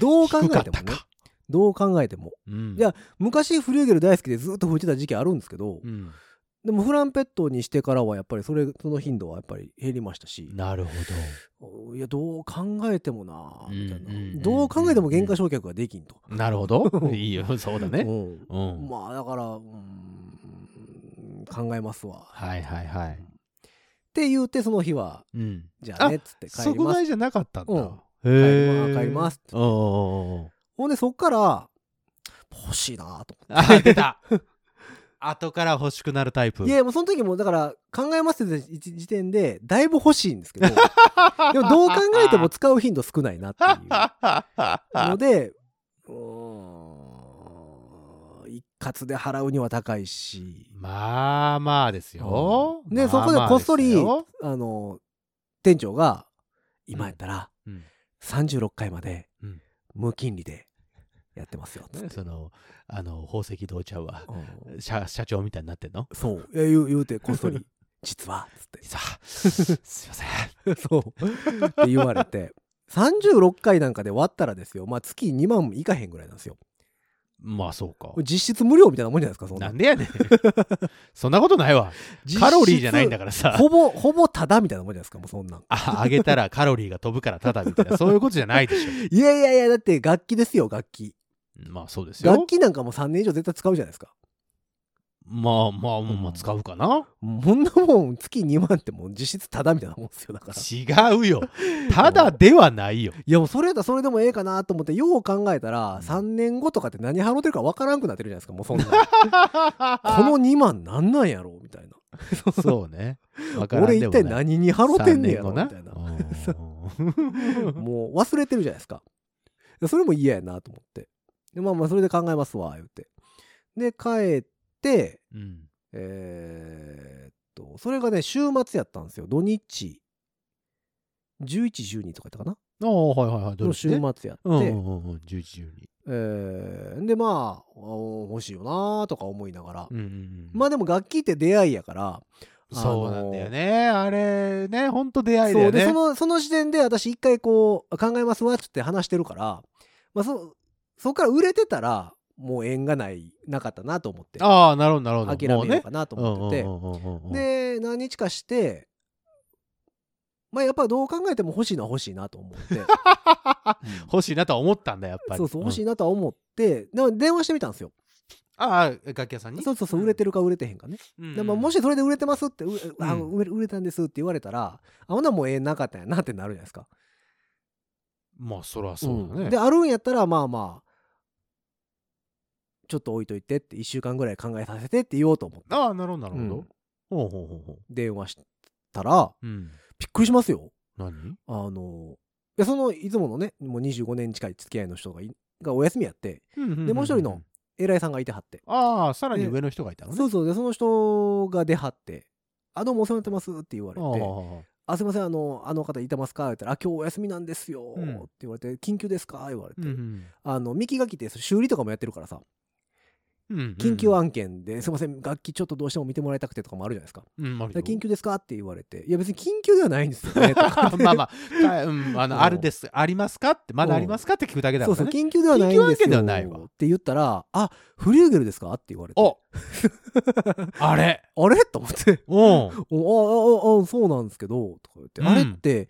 Speaker 2: どう考え
Speaker 3: 低かってた
Speaker 2: もね
Speaker 3: か、
Speaker 2: どう考えても
Speaker 3: うん
Speaker 2: いや昔フリューゲル大好きでずっと吹いてた時期あるんですけど、
Speaker 3: うん
Speaker 2: でもフランペットにしてからはやっぱりそれその頻度はやっぱり減りましたし
Speaker 3: なるほ
Speaker 2: いやどう考えてもなあみたいな、
Speaker 3: うんうんうんうん
Speaker 2: どう考えても減価償却ができんと、
Speaker 3: どなるほどいいよそうだね
Speaker 2: うん
Speaker 3: うん
Speaker 2: まあだからうん考えますわっ
Speaker 3: はいはいはい
Speaker 2: て言ってその日は
Speaker 3: うん
Speaker 2: じゃあねっつって帰
Speaker 3: そ
Speaker 2: り
Speaker 3: こ
Speaker 2: ま
Speaker 3: 買い
Speaker 2: す
Speaker 3: じゃなかったんだ
Speaker 2: うん
Speaker 3: へえ
Speaker 2: 帰ります帰ります
Speaker 3: おうおうおうおう
Speaker 2: ほんでそっから欲しいなあと思って
Speaker 3: あ出た後から欲しくなるタイプ。
Speaker 2: いやもうその時もだから考えますって時点でだいぶ欲しいん
Speaker 3: [LAUGHS]
Speaker 2: ですけどでもどう考えても使う頻度少ないなっていうの
Speaker 3: [LAUGHS]
Speaker 2: でうーん一括で払うには高いし、
Speaker 3: まあまあですよ。
Speaker 2: で
Speaker 3: まあまあ
Speaker 2: そこでこっそり
Speaker 3: すよ
Speaker 2: あの店長が今やったら
Speaker 3: うん
Speaker 2: 36回まで
Speaker 3: うん
Speaker 2: 無金利でやってますよつっ
Speaker 3: ね [LAUGHS]
Speaker 2: て、
Speaker 3: その、あの、宝石どうちゃうわ。
Speaker 2: うん
Speaker 3: 社社長みたいになってんの
Speaker 2: そういや言う言うてこっそ
Speaker 3: [LAUGHS]
Speaker 2: り実はつって
Speaker 3: さ
Speaker 2: [LAUGHS]
Speaker 3: あ、すいません。
Speaker 2: そう。って言われて、36回なんかで割ったらですよ、まあ月2万いかへんぐらいなんですよ。
Speaker 3: まあそうか。
Speaker 2: 実質無料みたいなもんじゃないですか、そん
Speaker 3: な。
Speaker 2: なん
Speaker 3: でやねん。そんなことないわ。
Speaker 2: 実質
Speaker 3: カロリーじゃないんだからさ。
Speaker 2: ほぼ、ほぼただみたいなもんじゃないですか、もうそんなん。
Speaker 3: あ、あげたらカロリーが飛ぶからただみたいな、そういうことじゃないでしょ。
Speaker 2: いやいやいや、だって楽器ですよ、楽器。
Speaker 3: まあそうですよ。
Speaker 2: 楽器なんかも3年以上絶対使うじゃないですか。
Speaker 3: まあまあまあまあ使うかな。
Speaker 2: もうこんなもん、月2万ってもう実質ただみたいなもんですよ、だ
Speaker 3: [LAUGHS]
Speaker 2: から。
Speaker 3: 違うよ。ただではな
Speaker 2: [LAUGHS]
Speaker 3: いよ。
Speaker 2: いや、もうそれやったらそれでもええかなと思って、よう考えたら、3年後とかって何払ってるかわからんくなってるじゃないですか、もうそんなん。この2万なんなんやろうみたいな。
Speaker 3: そうね。わからん
Speaker 2: 俺
Speaker 3: で
Speaker 2: 一
Speaker 3: もない
Speaker 2: 体何に払ってんねやろみたいな
Speaker 3: 三。 [LAUGHS] 年後なうん
Speaker 2: [LAUGHS] もう忘れてるじゃないですか。それも嫌やなと思って。で、まあまあ、それで考えますわ、言って。で、帰って、
Speaker 3: うん。
Speaker 2: えーっと、それがね、週末やったんですよ。土日、11、12とかやったかな
Speaker 3: ああ、はいはいはい。ど
Speaker 2: の
Speaker 3: れ
Speaker 2: 週
Speaker 3: ね
Speaker 2: 末やって、
Speaker 3: うんうんうんうん、11、12。
Speaker 2: えーで、まあ、お欲しいよなとか思いながら。
Speaker 3: うんうんうん
Speaker 2: まあでも楽器って出会いやから、
Speaker 3: そうなんだよね。あれね、ほんと出会いだ
Speaker 2: そ
Speaker 3: よ
Speaker 2: うでそ
Speaker 3: ね。
Speaker 2: のその時点で私一回こう考えますわっつって話してるから、まあ、そそこから売れてたらもう縁がないなかったなと思って諦
Speaker 3: ああ、なるほど、なるほど。
Speaker 2: めよ
Speaker 3: もう
Speaker 2: う
Speaker 3: ね
Speaker 2: かなと思ってて、
Speaker 3: うんうんうんうんうん、
Speaker 2: で何日かしてまあやっぱどう考えても欲しいな欲しいなと思
Speaker 3: [LAUGHS]
Speaker 2: って、
Speaker 3: 欲しいなとは思ったんだ、やっぱり。
Speaker 2: そうそう欲し
Speaker 3: い。
Speaker 2: いなとは思って、でも電話してみたんですよ
Speaker 3: ああ、楽器屋さんに
Speaker 2: そうそうそう売れてるか売れてへんかね、
Speaker 3: うん
Speaker 2: でまあもしそれで売れてますってうあ
Speaker 3: うん
Speaker 2: 売れ売れたんですって言われたらあほんならもう縁なかったんやなってなるじゃないですか
Speaker 3: まあ、そらそうだ
Speaker 2: ん
Speaker 3: ね。
Speaker 2: であるんやったらまあまあちょっと置いといてって1週間ぐらい考えさせてって言おうと思って
Speaker 3: ああ、なるほど、なるほ
Speaker 2: う
Speaker 3: ど
Speaker 2: ん。
Speaker 3: ほうほうほうほ
Speaker 2: 電話したら
Speaker 3: う。うん。
Speaker 2: びっくりしますよ
Speaker 3: 何
Speaker 2: あのいやそのいつものねもう25年近い付き合いの人がいがお休みやってでもう一人の。偉いさんがいてはって、
Speaker 3: ああ、さらに上の人がいたのね。
Speaker 2: そうそうでその人が出はって「あどうもお世話になってます」って言われ
Speaker 3: ああ
Speaker 2: て「あすいませんあのあの方いてますか?」って言ったらあ「今日お休みなんですよ」って
Speaker 3: うん
Speaker 2: 言われて「緊急ですか?」言われて、
Speaker 3: うんうん
Speaker 2: あのミキが来て修理とかもやってるからさ
Speaker 3: うんうん
Speaker 2: 緊急案件で、すいません、楽器ちょっとどうしても見てもらいたくてとかもあるじゃないですか。
Speaker 3: うん、まあ
Speaker 2: だから緊急ですかって言われて、いや別に緊急ではないんですよね。とか
Speaker 3: [LAUGHS] まあまあ、
Speaker 2: [LAUGHS]
Speaker 3: かうん、
Speaker 2: う
Speaker 3: あ
Speaker 2: ん
Speaker 3: の、あるです、ありますかって、まだありますかって聞くだけだ
Speaker 2: そ
Speaker 3: か
Speaker 2: うそ
Speaker 3: ら
Speaker 2: う、
Speaker 3: ね。
Speaker 2: 緊急ではないんです
Speaker 3: 緊急案
Speaker 2: よ。
Speaker 3: 件ではないわ
Speaker 2: って言ったら、あ、フリューゲルですかって言われて。 [LAUGHS]
Speaker 3: おあれ
Speaker 2: あれと思って、 [LAUGHS]
Speaker 3: うん。
Speaker 2: おあ、あ、あ、そうなんですけど、とか言って、
Speaker 3: うん
Speaker 2: あれって、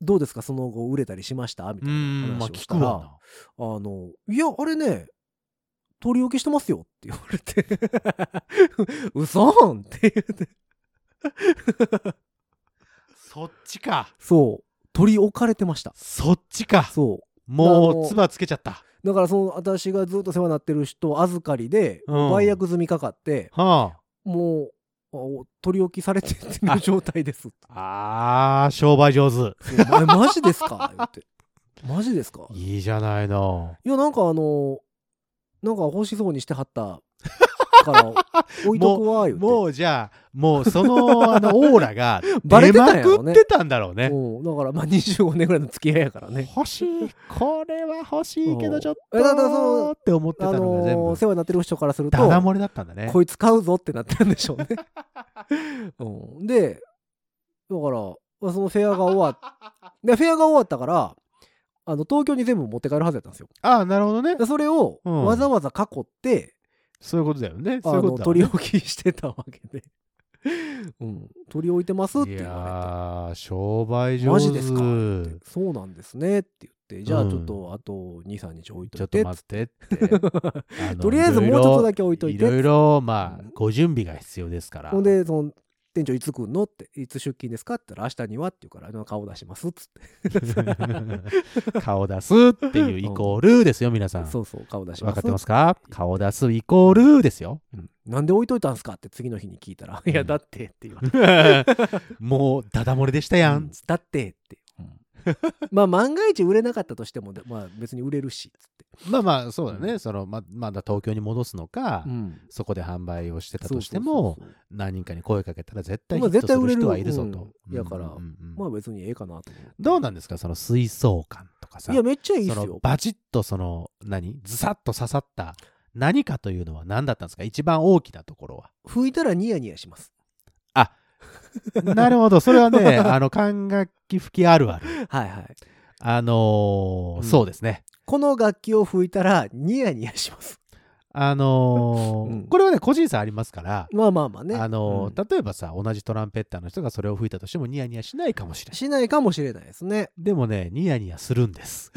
Speaker 2: どうですかその後売れたりしましたみた
Speaker 3: う、
Speaker 2: いなん
Speaker 3: まあ
Speaker 2: 話をし
Speaker 3: 聞
Speaker 2: た
Speaker 3: く
Speaker 2: ら、
Speaker 3: わな。
Speaker 2: あの、いや、あれね、取り置きしてますよって言われて、 [LAUGHS] 嘘んって言って、
Speaker 3: そっちか。
Speaker 2: そう、取り置かれてました。
Speaker 3: そっちか。
Speaker 2: そう。あ
Speaker 3: も
Speaker 2: の
Speaker 3: う、つばつけちゃった。
Speaker 2: だからその私がずっと世話になってる人預かりで
Speaker 3: うん
Speaker 2: 売約済みかかって、
Speaker 3: は
Speaker 2: もうあお取り置きされてってる状態
Speaker 3: [LAUGHS]
Speaker 2: です
Speaker 3: あ。ああ、商売上手。
Speaker 2: そうえマジですか言ってマジですか
Speaker 3: いいじゃないの。
Speaker 2: いやなんかあのなんか欲しそうにしてはったから置いとくわ言って
Speaker 3: もうじゃあ、もうその、
Speaker 2: [LAUGHS]
Speaker 3: あの、オーラが、
Speaker 2: バレ
Speaker 3: 出
Speaker 2: てたん
Speaker 3: ま
Speaker 2: やろ
Speaker 3: く
Speaker 2: ね
Speaker 3: ってたんだろうね。
Speaker 2: うんだからまあ25年ぐらいの付き合いやからね
Speaker 3: 欲しい。これは欲しいけ
Speaker 2: うん
Speaker 3: ど、ちょっ
Speaker 2: えだからそ
Speaker 3: と、
Speaker 2: の
Speaker 3: って思って
Speaker 2: あ
Speaker 3: たのが全
Speaker 2: の
Speaker 3: 部
Speaker 2: ー、世話になってる人からすると
Speaker 3: ダダ漏れだったんだね。
Speaker 2: こいつ買うぞってなってるんで
Speaker 3: [LAUGHS]
Speaker 2: しょうね。うん、でだからそのフェアが終わ
Speaker 3: [LAUGHS]
Speaker 2: ってフェアが終わったからあの東京に全部持って帰るはずやったん
Speaker 3: [LAUGHS]
Speaker 2: ですよ。
Speaker 3: ああ、なるほどね
Speaker 2: で。それを
Speaker 3: うん
Speaker 2: わざわざ囲って、
Speaker 3: そういうことだよね。そうい
Speaker 2: あ
Speaker 3: うこ
Speaker 2: の
Speaker 3: とだ
Speaker 2: 取り置きしてたわけで、 [LAUGHS] うん、取り置いてますって
Speaker 3: い
Speaker 2: 言
Speaker 3: や
Speaker 2: わ
Speaker 3: ー、商売
Speaker 2: れて「
Speaker 3: 上手。
Speaker 2: マジですか?」って「そうなんですね」って言って「じゃあ
Speaker 3: うん
Speaker 2: ちょっとあと23日置い
Speaker 3: ち
Speaker 2: と
Speaker 3: ょ
Speaker 2: い
Speaker 3: っと
Speaker 2: て」
Speaker 3: 待ってって。あの
Speaker 2: [LAUGHS] とりあえずもうちょっとだけ置いといて
Speaker 3: いろいろ、ま
Speaker 2: う
Speaker 3: あ
Speaker 2: ん、
Speaker 3: ご準備が必要ですから。
Speaker 2: ほんでその店長いつ来んのって、いつ出勤ですかって言ったら、明日にはって言うから、あの顔出しますっつって。
Speaker 3: [LAUGHS] 顔出すっ
Speaker 2: [LAUGHS]
Speaker 3: ていうイコールですよ、皆さん。
Speaker 2: そうそう、顔出します。
Speaker 3: 分かってますか顔出すイコールで
Speaker 2: [LAUGHS]
Speaker 3: すよ。
Speaker 2: うんなんで置いといたんすかって次の日に聞いたら、いや、だってって言われて。
Speaker 3: もう、ダダ漏れでしたや
Speaker 2: うんん。だってって。 [LAUGHS] まあ、万が一売れなかったとしても、でまあ別に売れるし、つって。
Speaker 3: まあまあ、そうだね。その、ま、まだ東京に戻すのか、そこで販売をしてたとしても、
Speaker 2: そうそうそう
Speaker 3: 何人かに声かけたら絶対ヒ
Speaker 2: まあ
Speaker 3: ット
Speaker 2: 絶対
Speaker 3: す
Speaker 2: 売
Speaker 3: る
Speaker 2: れる
Speaker 3: 人はいるぞと。
Speaker 2: うんやから
Speaker 3: うんうんうん
Speaker 2: まあ別にええかなと思って
Speaker 3: どうなんですかその水槽感とかさ。
Speaker 2: いや、めっちゃいいっす
Speaker 3: その
Speaker 2: よ。
Speaker 3: バチッとその、何ズサッと刺さった何かというのは何だったんですか一番大きなところ
Speaker 2: [LAUGHS]
Speaker 3: は。
Speaker 2: 拭いたらニヤニヤします。
Speaker 3: なるほど。それはね、 [LAUGHS] あの、管楽器吹きあるある。
Speaker 2: はいはい。
Speaker 3: あのー
Speaker 2: うん
Speaker 3: そうですね。
Speaker 2: この楽器を拭いたらニヤニヤします。
Speaker 3: あのー
Speaker 2: うん
Speaker 3: これはね、個人差ありますから、
Speaker 2: まあまあまあね。
Speaker 3: あのー
Speaker 2: うん
Speaker 3: 例えばさ、同じトランペッターの人がそれを吹いたとしてもニヤニヤしないかもしれない。
Speaker 2: しないかもしれないですね。
Speaker 3: でもね、ニヤニヤするんです。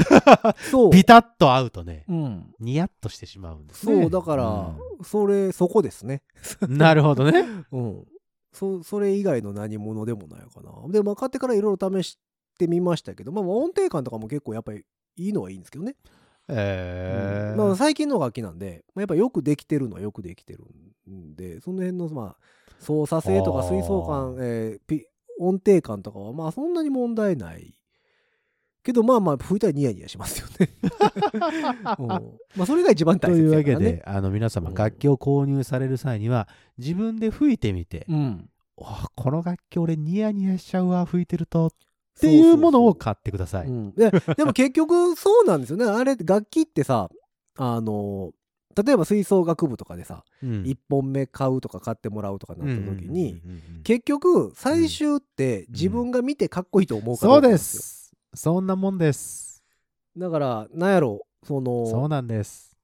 Speaker 2: そう。
Speaker 3: ビタッと合うとね、
Speaker 2: うん。
Speaker 3: ニヤッとしてしまうんです
Speaker 2: そう、
Speaker 3: ね。
Speaker 2: だから、それ、そこですね。
Speaker 3: うんなるほ
Speaker 2: [LAUGHS]
Speaker 3: どね。
Speaker 2: うん。そ、それ以外の何物でもないかな。で、まあ、買ってからいろいろ試してみましたけど、まあ、音程感とかも結構やっぱりいいのはいいんですけどね。
Speaker 3: えー
Speaker 2: まあ、最近の楽器なんで、まあ、やっぱよくできてるのはよくできてるんで、その辺の、まあ、操作性とか
Speaker 3: あー
Speaker 2: 水槽感、えーピ音程感とかは、まあ、そんなに問題ない。けど、まあまあ、吹いたらニヤニヤしますよ
Speaker 3: [LAUGHS]
Speaker 2: ね。うんまあ、それが一番
Speaker 3: と
Speaker 2: 大切
Speaker 3: い
Speaker 2: や
Speaker 3: う
Speaker 2: から、
Speaker 3: わ
Speaker 2: ね、
Speaker 3: けで、あの皆様
Speaker 2: うん
Speaker 3: 楽器を購入される際には自分で吹いてみて、
Speaker 2: うん。
Speaker 3: わあこの楽器俺ニヤニヤしちゃうわ吹いてるとっていうものを買ってください。
Speaker 2: うんででも結局そうなんですよね。 [LAUGHS] あれ楽器ってさあの例えば吹奏楽部とかでさ、
Speaker 3: うん
Speaker 2: 1本目買うとか買ってもらうとかなった時に、
Speaker 3: うんうんうんうんうん
Speaker 2: 結局最終って自分が見てかっこいいと思うから、
Speaker 3: そうです。そんなもんです。
Speaker 2: だからなんやろそ
Speaker 3: そう
Speaker 2: の
Speaker 3: なんです。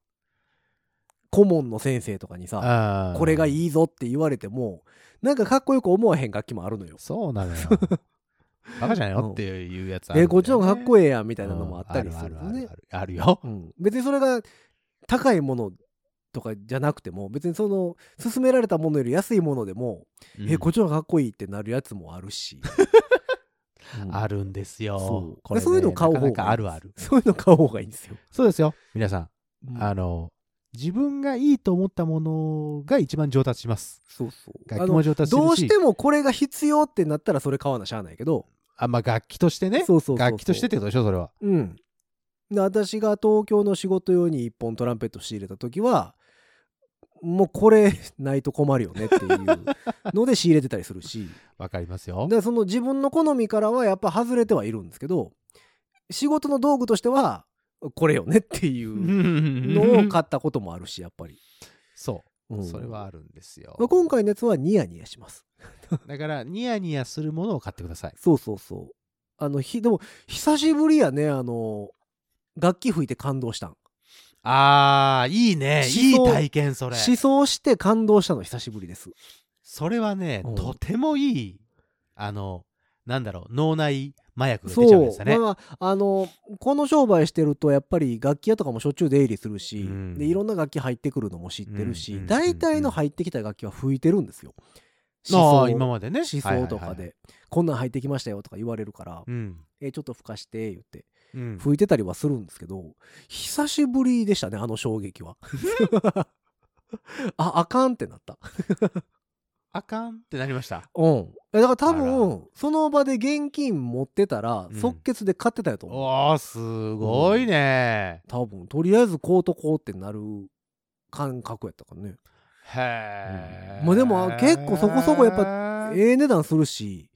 Speaker 2: 顧問の先生とかにさ
Speaker 3: あー
Speaker 2: これがいいぞって言われてもなんかかっこよく思わへん楽器もあるのよ。
Speaker 3: そうなの
Speaker 2: [LAUGHS]
Speaker 3: よ。バカじゃないよっていうやつあるんだよね、
Speaker 2: えこっちの方がかっこ
Speaker 3: いいみ
Speaker 2: ええやんみたいなのもあったりするよ
Speaker 3: あるある
Speaker 2: ね
Speaker 3: あ。るあるよ。
Speaker 2: うん、別にそれが高いものとかじゃなくても別にその勧められたものより安いものでも、えこっちの方がかっこいいってなるやつもある
Speaker 3: [LAUGHS]
Speaker 2: し、うん
Speaker 3: あるんですよ。
Speaker 2: そう
Speaker 3: これね
Speaker 2: そういうの買う方がいい
Speaker 3: なかなかあるある。
Speaker 2: そういうの買う方がいいんですよ、
Speaker 3: そうですよ。皆さん、
Speaker 2: うん
Speaker 3: あの、自分がいいと思ったものが一番上達します。
Speaker 2: そうそう
Speaker 3: 楽器も上達す
Speaker 2: あのど
Speaker 3: る
Speaker 2: う
Speaker 3: し、
Speaker 2: してもこれが必要ってなったらそれ買わなしゃあないけど、
Speaker 3: あまあ、楽器としてね
Speaker 2: そうそうそうそう
Speaker 3: 楽器としてってことでしょ、それは。
Speaker 2: うんで私が東京の仕事用に一本トランペット仕入れた時はもうこれ [LAUGHS] ないと困るよねっていうので仕入れてたりするし
Speaker 3: わかりますよ。
Speaker 2: でその自分の好みからはやっぱ外れてはいるんですけど仕事の道具としてはこれよねっていうのを買ったこともあるしやっぱり、
Speaker 3: [LAUGHS] そうう、
Speaker 2: ん
Speaker 3: それはあるんですよ
Speaker 2: まあ。今回のやつはニヤニヤします
Speaker 3: だから、ニヤニヤするものを買ってください。
Speaker 2: そうそうそうあのひでも久しぶりやねあの楽器吹いて感動したん
Speaker 3: あー、いいね。いい
Speaker 2: 思想
Speaker 3: 体験、それ。
Speaker 2: 思想して感動したの久しぶりです
Speaker 3: それはね
Speaker 2: う、ん
Speaker 3: とてもいい、あの、なんだろう、脳内麻薬が出ちゃうんですよね。
Speaker 2: まああのこの商売してるとやっぱり楽器屋とかもしょっちゅう出入りするし、
Speaker 3: うん
Speaker 2: でいろんな楽器入ってくるのも知ってるし、
Speaker 3: うんうんうん
Speaker 2: 大体の入ってきた楽器は吹いてるんですよ。
Speaker 3: あ
Speaker 2: 思
Speaker 3: ー
Speaker 2: 想
Speaker 3: 今までね。
Speaker 2: 思
Speaker 3: はい
Speaker 2: 想
Speaker 3: はいはい
Speaker 2: とかで、。こんなん入ってきましたよとか言われるから、
Speaker 3: うん。
Speaker 2: えちょっと吹かして言って
Speaker 3: うん
Speaker 2: 吹いてたりはするんですけど、久しぶりでしたねあの衝撃
Speaker 3: [LAUGHS]
Speaker 2: は。ああかんってなった。
Speaker 3: あかんってなりました。
Speaker 2: うん、えだから多
Speaker 3: あ
Speaker 2: 分その場で現金持ってたら
Speaker 3: うん
Speaker 2: 即決で買ってたよと思う。
Speaker 3: おー、すごいね。
Speaker 2: 多分とりあえずこうとこうってなる感覚やったからね
Speaker 3: へえ。
Speaker 2: うんまあでも結構そこそこやっ
Speaker 3: ぱ
Speaker 2: ええ値段するし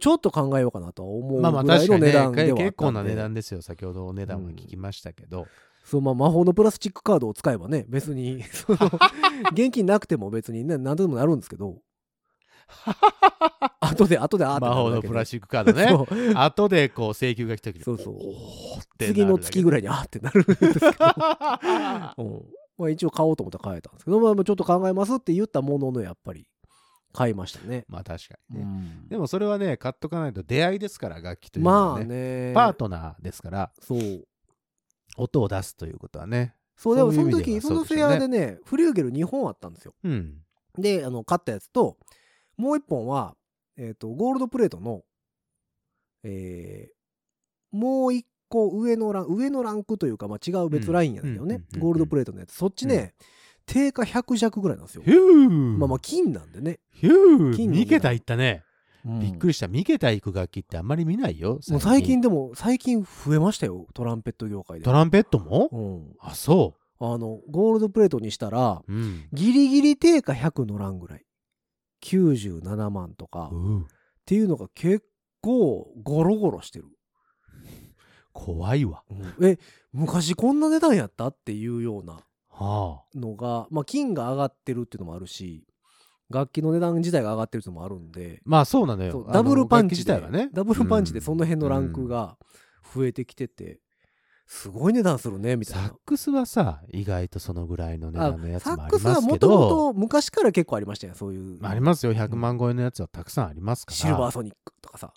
Speaker 2: ちょっと考えようかなとは思うぐ
Speaker 3: まあまあ
Speaker 2: ら
Speaker 3: 確
Speaker 2: いの
Speaker 3: かにね
Speaker 2: 値段ではあったんで、
Speaker 3: 結構な値段ですよ先ほどお値段は聞きましたけど、
Speaker 2: そうまあ魔法のプラスチックカードを使えばね別に [LAUGHS] その現金なくても別にね何とでもなるんですけ
Speaker 3: [LAUGHS]
Speaker 2: ど後で後であーってな
Speaker 3: 魔
Speaker 2: る
Speaker 3: 法
Speaker 2: だ
Speaker 3: の
Speaker 2: けで
Speaker 3: プラスチックカードね
Speaker 2: そう
Speaker 3: 後でこう請求が来た時に
Speaker 2: そうそう
Speaker 3: おーってなるだけ
Speaker 2: 次の月ぐらいにあーってなるんですけど、うんまあ、一応買おうと思ったら買えたんですけど、まあ、まあちょっと考えますって言ったもののやっぱり買いましたね
Speaker 3: [LAUGHS] まあ確かに
Speaker 2: う
Speaker 3: ね、
Speaker 2: ん
Speaker 3: でもそれはね買っとかないと出会いですから楽器というの
Speaker 2: ま
Speaker 3: は
Speaker 2: あ
Speaker 3: ね,、
Speaker 2: ね
Speaker 3: パートナーですから
Speaker 2: そう
Speaker 3: 音を出すということはね
Speaker 2: そうでも
Speaker 3: そ
Speaker 2: そう
Speaker 3: いう
Speaker 2: の
Speaker 3: 意味で
Speaker 2: 時
Speaker 3: は
Speaker 2: そ
Speaker 3: そう
Speaker 2: の
Speaker 3: でし
Speaker 2: フ
Speaker 3: ょうね
Speaker 2: ェアでねフリューゲル2本あったんですよ
Speaker 3: うん
Speaker 2: であの買ったやつともう一本は、えっ、と、ゴールドプレートの、えーもう一個上のラン、上のランクというか、まあ、違う別ラインやけど
Speaker 3: うんう
Speaker 2: ね
Speaker 3: んうんう、ん
Speaker 2: ゴールドプレートのやつ。そっちね、定価100弱ぐらいなんですよ。
Speaker 3: ヒュー
Speaker 2: まあまあ、金なんでね。
Speaker 3: ヒュー
Speaker 2: 金の
Speaker 3: 2桁いったね。
Speaker 2: うん
Speaker 3: びっくりした。2桁いく楽器ってあんまり見ないよ。
Speaker 2: もう最近でも、最近増えましたよ、トランペット業界で。
Speaker 3: トランペットも
Speaker 2: うん。
Speaker 3: あ、そ
Speaker 2: あの、ゴールドプレートにしたら、
Speaker 3: う。うん。
Speaker 2: ギリギリ定価100の欄ぐらい。97万とか。
Speaker 3: うん
Speaker 2: っていうのが結構ゴロゴロしてる。
Speaker 3: 怖いわ。
Speaker 2: え、昔こんな値段やったっていうような
Speaker 3: は
Speaker 2: のが、まあ金が上がってるっていうのもあるし、楽器の値段自体が上がってるっていうのもあるんで、
Speaker 3: まあそうなの
Speaker 2: そ
Speaker 3: よ
Speaker 2: う。ダブルパンチ
Speaker 3: 自体はね。
Speaker 2: ダブルパンチで
Speaker 3: うん
Speaker 2: その辺のランクが増えてきてて、すごい値段するね、みたい
Speaker 3: サッ
Speaker 2: な。
Speaker 3: クスはさ、意外とそのぐらいの値段のやつ
Speaker 2: サ
Speaker 3: も
Speaker 2: ッ
Speaker 3: あ
Speaker 2: ク
Speaker 3: り
Speaker 2: スは
Speaker 3: ます
Speaker 2: も
Speaker 3: け
Speaker 2: とも
Speaker 3: ど、
Speaker 2: と昔から結構ありましたよ、そういう。
Speaker 3: まあありますよ。100万超えのやつはたくさんありますから。
Speaker 2: シルバーソニックとかさ、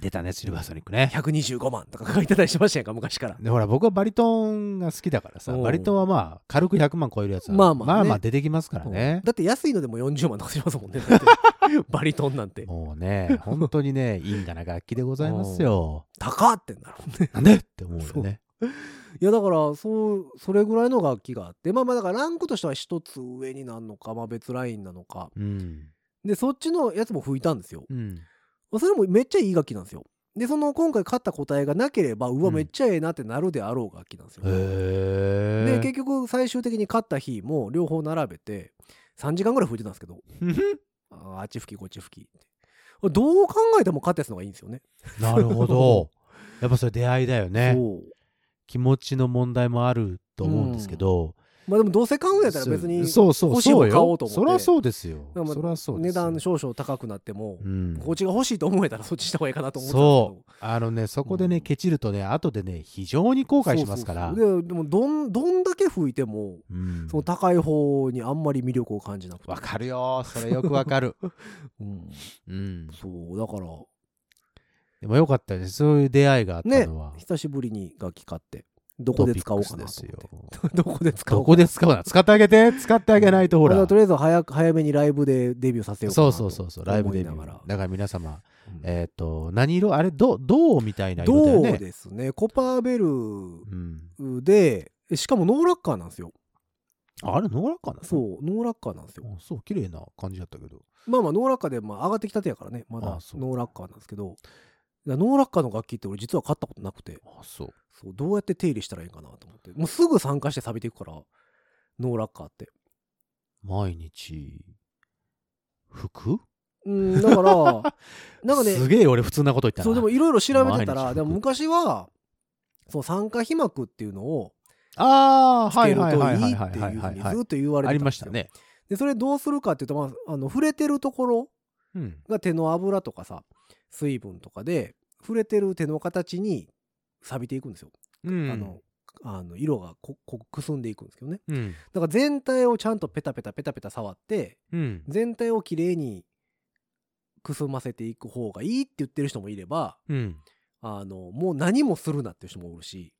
Speaker 3: 出たね、シルバーソニックね。
Speaker 2: 125万とか書いてたりしましたやんか、昔から。
Speaker 3: でほら僕はバリトンが好きだからさ
Speaker 2: うん
Speaker 3: バリトンはまあ軽く100万超えるやつは
Speaker 2: まあまあね
Speaker 3: まあまあ出てきますからね
Speaker 2: うん、だって安いのでも40万とかしますもんね。
Speaker 3: [LAUGHS]
Speaker 2: だってバリトンなんて。
Speaker 3: もうね本当にねいいんだな楽器でございます [LAUGHS] よ
Speaker 2: 高ってなるもんね。
Speaker 3: なんでって思うよね
Speaker 2: いやだからそうそれぐらいの楽器があってまあまあだからランクとしては一つ上になるのか、まあ、別ラインなのか
Speaker 3: うん
Speaker 2: でそっちのやつも吹いたんですよ。
Speaker 3: うん
Speaker 2: まあそれもめっちゃいい楽器なんですよ。でその今回買った答えがなければう
Speaker 3: う
Speaker 2: わ
Speaker 3: ん
Speaker 2: めっちゃええなってなるであろう楽器なんですよ。で
Speaker 3: へ
Speaker 2: 結局最終的に買った日も両方並べて3時間ぐらい吹いてたんですけど
Speaker 3: え
Speaker 2: あーあっち吹きこっち吹きってどう考えても買ったやつの方がいいんですよね。
Speaker 3: なるほどやっぱそれ出会いだよね
Speaker 2: そう
Speaker 3: 気持ちの問題もあると思うんですけど、
Speaker 2: まあでもどうせ買うんやったら別に
Speaker 3: そうそう
Speaker 2: 欲しいも
Speaker 3: そ
Speaker 2: ん
Speaker 3: う
Speaker 2: 買おう
Speaker 3: よ
Speaker 2: と思って
Speaker 3: そりゃそうですよ
Speaker 2: だからまあ
Speaker 3: そりゃそうで
Speaker 2: 値
Speaker 3: すよ
Speaker 2: 段少々高くなっても、
Speaker 3: うん
Speaker 2: こっちが欲しいと思えたらそっちした方がいいかなと思ってたん
Speaker 3: そ
Speaker 2: です
Speaker 3: うあのねそこでね、
Speaker 2: うん
Speaker 3: ケチるとね後でね非常に後
Speaker 2: けど
Speaker 3: 悔しますから
Speaker 2: そうそうそうででもどんどんだけ吹いても
Speaker 3: うん
Speaker 2: その高い方にあんまり魅力を感じなくて
Speaker 3: わかるよそれよくわかる、
Speaker 2: うん
Speaker 3: うん、
Speaker 2: そうだから
Speaker 3: でもよかったよねそういう出会いがあったのは、
Speaker 2: 久しぶりに楽器買ってどこで使おうかな
Speaker 3: トピック
Speaker 2: と
Speaker 3: ス
Speaker 2: 思
Speaker 3: で
Speaker 2: って
Speaker 3: すよ
Speaker 2: [LAUGHS] どこで使お
Speaker 3: ど
Speaker 2: うか
Speaker 3: こで使うな使ってあげて使ってあげないとほら
Speaker 2: まあとりあえず早く早めにライブでデビューさせようか
Speaker 3: そ
Speaker 2: な
Speaker 3: う
Speaker 2: と
Speaker 3: そうそうそうライブで見
Speaker 2: 思い
Speaker 3: る
Speaker 2: な
Speaker 3: だ
Speaker 2: がら
Speaker 3: から皆様
Speaker 2: うん
Speaker 3: えっ、と何色あれど銅みたいな色だよ
Speaker 2: ど
Speaker 3: ね
Speaker 2: うですねコパーベ
Speaker 3: う
Speaker 2: ル
Speaker 3: ん、
Speaker 2: でしかもノーラッカーなんですよ
Speaker 3: ああれノーラッカーなの
Speaker 2: そうノーラッカーなんですよ
Speaker 3: あそう綺麗な感じだったけど
Speaker 2: まあまあ、ノーラッカーで、まあ、上がってきたてやからね、まだ
Speaker 3: あ
Speaker 2: ノ
Speaker 3: あそう
Speaker 2: ーラッカーなんですけど、だからノーラッカーの楽器って俺実は買ったことなくて、
Speaker 3: あそう
Speaker 2: そうどうやって手入れしたらいいんかなと思って、もうすぐ参加して錆びていくから、ノーラッカーって。
Speaker 3: 毎日服
Speaker 2: うん、だから、
Speaker 3: [LAUGHS]
Speaker 2: なんか
Speaker 3: す
Speaker 2: ね、
Speaker 3: げえ俺普通なこと言ったな
Speaker 2: そう、でもいろいろ調べてた
Speaker 3: 毎日
Speaker 2: ら、
Speaker 3: 服
Speaker 2: でも昔は、そう、酸化皮膜っていうのを
Speaker 3: あ
Speaker 2: つ
Speaker 3: あは
Speaker 2: け
Speaker 3: い
Speaker 2: ると
Speaker 3: はいいはいはい
Speaker 2: っ
Speaker 3: い
Speaker 2: て
Speaker 3: はいいう
Speaker 2: ふう
Speaker 3: はい
Speaker 2: に
Speaker 3: はい
Speaker 2: ずっと言われ
Speaker 3: あ
Speaker 2: て
Speaker 3: り
Speaker 2: たんで
Speaker 3: ますし
Speaker 2: よ
Speaker 3: た。ね
Speaker 2: で、それどうするかっていうと、まあ、あの触れてるところ
Speaker 3: うん
Speaker 2: が手の油とかさ水分とかで触れてる手の形に錆びていくんですよ、
Speaker 3: うん
Speaker 2: あのあの色がここくすんでいくんですけどね
Speaker 3: うん
Speaker 2: だから全体をちゃんとペタペタペタペタ触って
Speaker 3: うん
Speaker 2: 全体をきれいにくすませていく方がいいって言ってる人もいれば
Speaker 3: うん
Speaker 2: あのもう何もするなっていう人もおるし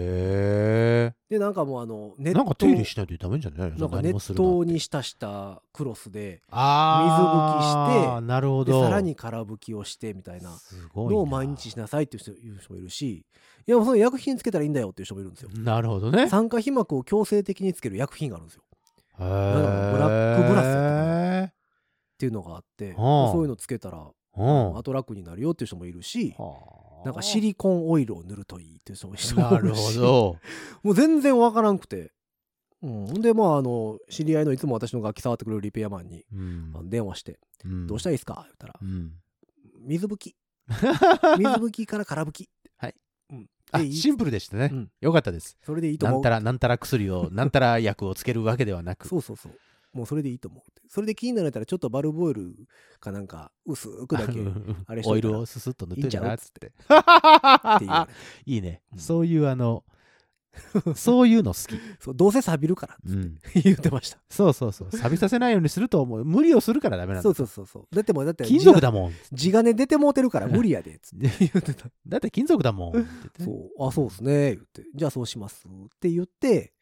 Speaker 3: へ
Speaker 2: でなんかもうあのネッ
Speaker 3: え
Speaker 2: ト
Speaker 3: なんか手入れしないとダメじゃない
Speaker 2: なんかネットに浸したクロスで
Speaker 3: あ
Speaker 2: 水拭きして
Speaker 3: あーなるほ
Speaker 2: で
Speaker 3: ど
Speaker 2: さらに空拭きをしてみたいな
Speaker 3: すごいな
Speaker 2: のを毎日しなさいっていう人いう人もいるしいやその薬品つけたらいいんだよっていう人もいるんですよ
Speaker 3: なるほどね
Speaker 2: 酸化皮膜を強制的につける薬品があるんですよっ
Speaker 3: へ
Speaker 2: なんかブラックブラスだ
Speaker 3: え
Speaker 2: ていうのがあって
Speaker 3: ああ
Speaker 2: そういうのつけたら
Speaker 3: うん
Speaker 2: 後楽になるよっていう人もいるし
Speaker 3: はあ
Speaker 2: なんかシリコンオイルを塗るといいっていう人もいるし
Speaker 3: なるほど
Speaker 2: もう全然わからんくて、うん、ほんでまああの知り合いのいつも私の楽器触ってくれるリペアマンに
Speaker 3: うん
Speaker 2: あの電話して「どうしたらいいですか?」言ったら
Speaker 3: うん
Speaker 2: 「水拭き
Speaker 3: [LAUGHS]
Speaker 2: 水拭きから空拭き」
Speaker 3: はい
Speaker 2: うん、
Speaker 3: あ
Speaker 2: でいい
Speaker 3: シンプルでしたね
Speaker 2: うん
Speaker 3: よかったです
Speaker 2: それでいいと
Speaker 3: な
Speaker 2: 思
Speaker 3: ん
Speaker 2: う
Speaker 3: たらなんたら薬をなんたら薬をつけるわけではなく
Speaker 2: そうそうそう。もうそれでいいと思うって。それで気になれたらちょっとバルブオイルかなんか薄くだけっ
Speaker 3: うんう
Speaker 2: て
Speaker 3: ん
Speaker 2: あれしと
Speaker 3: オイ
Speaker 2: いたら
Speaker 3: ルをススッと塗っといたらっつって。
Speaker 2: いう
Speaker 3: [LAUGHS] いいね
Speaker 2: う。ん
Speaker 3: そういうあの、そういうの好き。
Speaker 2: そうどうせ錆びるから
Speaker 3: うん。
Speaker 2: 言ってました。
Speaker 3: そうそうそう。錆びさせないようにすると思う。無理をするからダメなん
Speaker 2: そ
Speaker 3: だ
Speaker 2: う。そうそうそう。だってもうだって
Speaker 3: 金属だもん。
Speaker 2: 地金出てもうてるから無理やでっつって [LAUGHS] 言ってた。
Speaker 3: だって金属だもん
Speaker 2: [LAUGHS]
Speaker 3: って言ってね。
Speaker 2: そう、あ、そうですね。言って。じゃあそうしますって言って、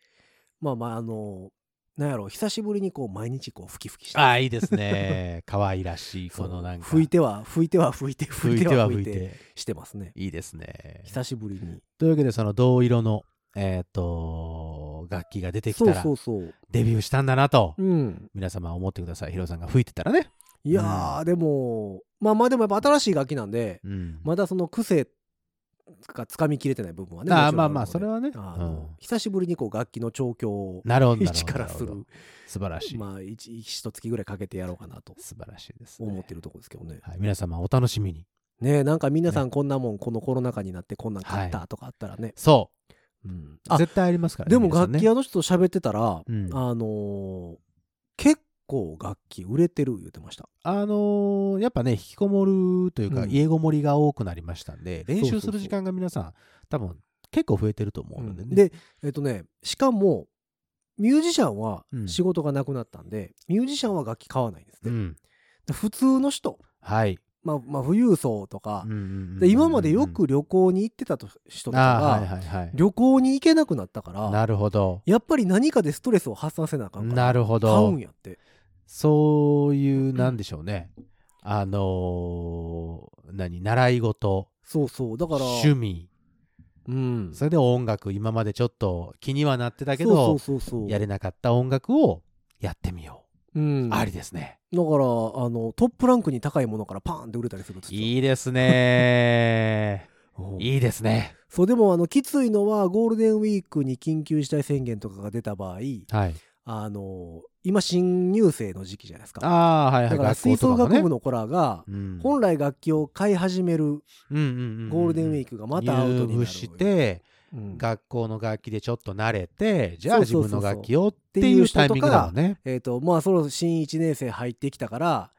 Speaker 2: まあまああの、なんやろう久しぶりにこう毎日こうふきふきして
Speaker 3: ああ、いいですね。可愛らしい、このなんか。
Speaker 2: 拭いては拭いては拭いて拭いては拭いて。してますね
Speaker 3: いいですね。
Speaker 2: 久しぶりに
Speaker 3: というわけで、その銅色の、えっ、と、楽器が出てき
Speaker 2: そう
Speaker 3: たら
Speaker 2: そ、うそう
Speaker 3: デビューしたんだなと、
Speaker 2: うん
Speaker 3: 皆様思ってください。ヒロさんが吹いてたらね。
Speaker 2: いやー、でもまあまあでもやっぱ新しい楽器なんで
Speaker 3: うん。
Speaker 2: まだその癖がつかみきれてない部分はね
Speaker 3: あ
Speaker 2: も
Speaker 3: あ
Speaker 2: ち
Speaker 3: ま
Speaker 2: ろ
Speaker 3: あ
Speaker 2: ん
Speaker 3: まあ、
Speaker 2: るので
Speaker 3: それはね。う
Speaker 2: あの
Speaker 3: ん
Speaker 2: 久しぶりにこう楽器の調教を
Speaker 3: なるほど。なるほ
Speaker 2: 一
Speaker 3: ど
Speaker 2: からす
Speaker 3: なほ
Speaker 2: る
Speaker 3: ど素晴らしい。
Speaker 2: まあ一一一月ぐらいかけてやろうかなと
Speaker 3: 素晴らしいです、ね。
Speaker 2: 思ってるとこですけどね
Speaker 3: はい、皆様お楽しみに。
Speaker 2: ねえなんか皆さんこんなもんこのコロナ禍になってこんなん買ったとかあったらね、
Speaker 3: そ
Speaker 2: うん
Speaker 3: う。
Speaker 2: あ
Speaker 3: 絶対ありますからね。
Speaker 2: でも
Speaker 3: 皆さ
Speaker 2: 楽
Speaker 3: んね
Speaker 2: 器屋の人と喋ってたら、
Speaker 3: うん
Speaker 2: あのー結構楽器売れてる言ってました
Speaker 3: あのーやっぱね、引きこもるというか、
Speaker 2: うん
Speaker 3: 家ごもりが多くなりましたんで、練
Speaker 2: そう
Speaker 3: 習
Speaker 2: そう
Speaker 3: す
Speaker 2: そう
Speaker 3: る時間が皆さん、多分結構増えてると思うのでね。
Speaker 2: でえっとねしかもミュージシャンは
Speaker 3: うん
Speaker 2: 仕事がなくなったんで、ミュージシャンは楽器買わないんですって、
Speaker 3: うん
Speaker 2: で普通の人
Speaker 3: はい。
Speaker 2: まあ、まあ富裕層とか
Speaker 3: うん、うんうんうん
Speaker 2: で今までよく旅行に行ってたと人とか
Speaker 3: あ
Speaker 2: が、
Speaker 3: あ、はいはいはい。
Speaker 2: 旅行に行けなくなったから
Speaker 3: なるほど。
Speaker 2: やっぱり何かでストレスを発散せなあかんから
Speaker 3: なるほ
Speaker 2: 買う
Speaker 3: ど
Speaker 2: ん。やって
Speaker 3: そういう、なんでしょうね。あのー何、習い事、
Speaker 2: そうそうだから
Speaker 3: 趣味、
Speaker 2: うん
Speaker 3: それで音楽、今までちょっと気にはなってたけど、
Speaker 2: そうそうそうそう
Speaker 3: やれなかった音楽をやってみよ
Speaker 2: うん
Speaker 3: う。
Speaker 2: だから
Speaker 3: ありですね。
Speaker 2: あのトップランクに高いものからパーンって売れたりするんですよ
Speaker 3: いいですね。
Speaker 2: うん
Speaker 3: いいですね。
Speaker 2: そうでもあのきついのはゴールデンウィークに緊急事態宣言とかが出た場合
Speaker 3: はい。
Speaker 2: あの今新入生の時期じゃないですか
Speaker 3: ああ、はいは
Speaker 2: だ
Speaker 3: い。
Speaker 2: から吹奏楽部の子らが
Speaker 3: うん、
Speaker 2: 本来楽器を買い始めるゴールデンウィー
Speaker 3: ク
Speaker 2: クがまたアウトになる
Speaker 3: 入部して、
Speaker 2: うん
Speaker 3: 学校の楽器でちょっと慣れて、じゃあ
Speaker 2: そうそ
Speaker 3: 自
Speaker 2: うそう
Speaker 3: 分
Speaker 2: そう
Speaker 3: の楽器をっていうタイミングだもんね。
Speaker 2: えっ、とまあそろそろ新1年生入ってきたから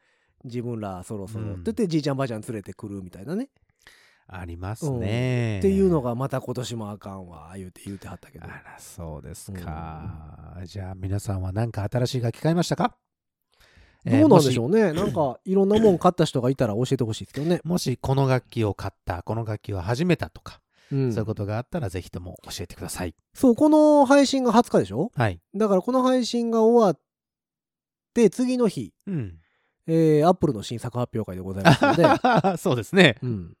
Speaker 2: 自分らそろそろって言ってじいちゃんばあちゃん連れてくるみたいなね、
Speaker 3: ありますね。
Speaker 2: っていうの。がまた今年もあかんわ言うて言うてはったけど
Speaker 3: あら、そうですか。じゃあ皆さんは何か新しい楽器買いましたか
Speaker 2: どうなんでしょう
Speaker 3: う
Speaker 2: ね、なんかいろんなもん買った人がいたら教えてほしいですけどね、
Speaker 3: もしこの楽器を買った、この楽器を始めたと
Speaker 2: うん
Speaker 3: か、そういうことがあったらぜひとも教えてください。
Speaker 2: そうこの配信が20日でしょ
Speaker 3: はい。
Speaker 2: だからこの配信が終わって次の日、
Speaker 3: うん。 [LAUGHS]
Speaker 2: えー、アップルの新作発表会でございますので、
Speaker 3: そうですね。
Speaker 2: うん、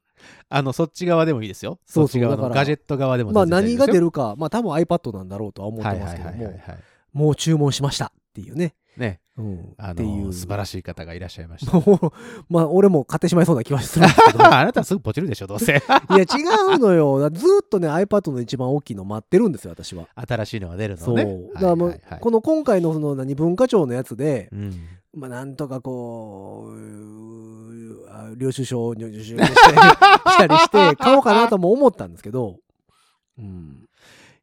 Speaker 3: あの、そっち側でもいいですよ。
Speaker 2: そ
Speaker 3: そうっ
Speaker 2: そ
Speaker 3: ち
Speaker 2: う
Speaker 3: 側
Speaker 2: だ
Speaker 3: の
Speaker 2: から
Speaker 3: ガジェット側でも
Speaker 2: まあ何が出
Speaker 3: る
Speaker 2: るかまあ多分 iPad なんだろうとは思っ
Speaker 3: は
Speaker 2: て
Speaker 3: い
Speaker 2: ま
Speaker 3: は
Speaker 2: す
Speaker 3: い
Speaker 2: け
Speaker 3: は
Speaker 2: ど
Speaker 3: いはいはい
Speaker 2: も。もう注文しましたっていうね、
Speaker 3: ね、
Speaker 2: うん、
Speaker 3: あ
Speaker 2: ってい
Speaker 3: の、
Speaker 2: う
Speaker 3: 素晴らしい方がいらっしゃ
Speaker 2: [LAUGHS]
Speaker 3: いました。
Speaker 2: もうまあ俺も買ってしまいそうな気はするんです
Speaker 3: [LAUGHS]
Speaker 2: けど
Speaker 3: ああなたすぐポチるでしょ、どう
Speaker 2: [LAUGHS]
Speaker 3: せ。
Speaker 2: いや違うのよだからずっとね iPad の一番大きいの待ってるんですよ私は。
Speaker 3: 新しいのが出るの
Speaker 2: そ
Speaker 3: を
Speaker 2: う、
Speaker 3: ね。
Speaker 2: だからもう、
Speaker 3: はいはいはい
Speaker 2: この今回のその何文化庁のやつで、
Speaker 3: うん
Speaker 2: まあなんとかこううーあ領収書を入手してしたり
Speaker 3: [LAUGHS]
Speaker 2: して買おうかなとも思ったんですけど、うん、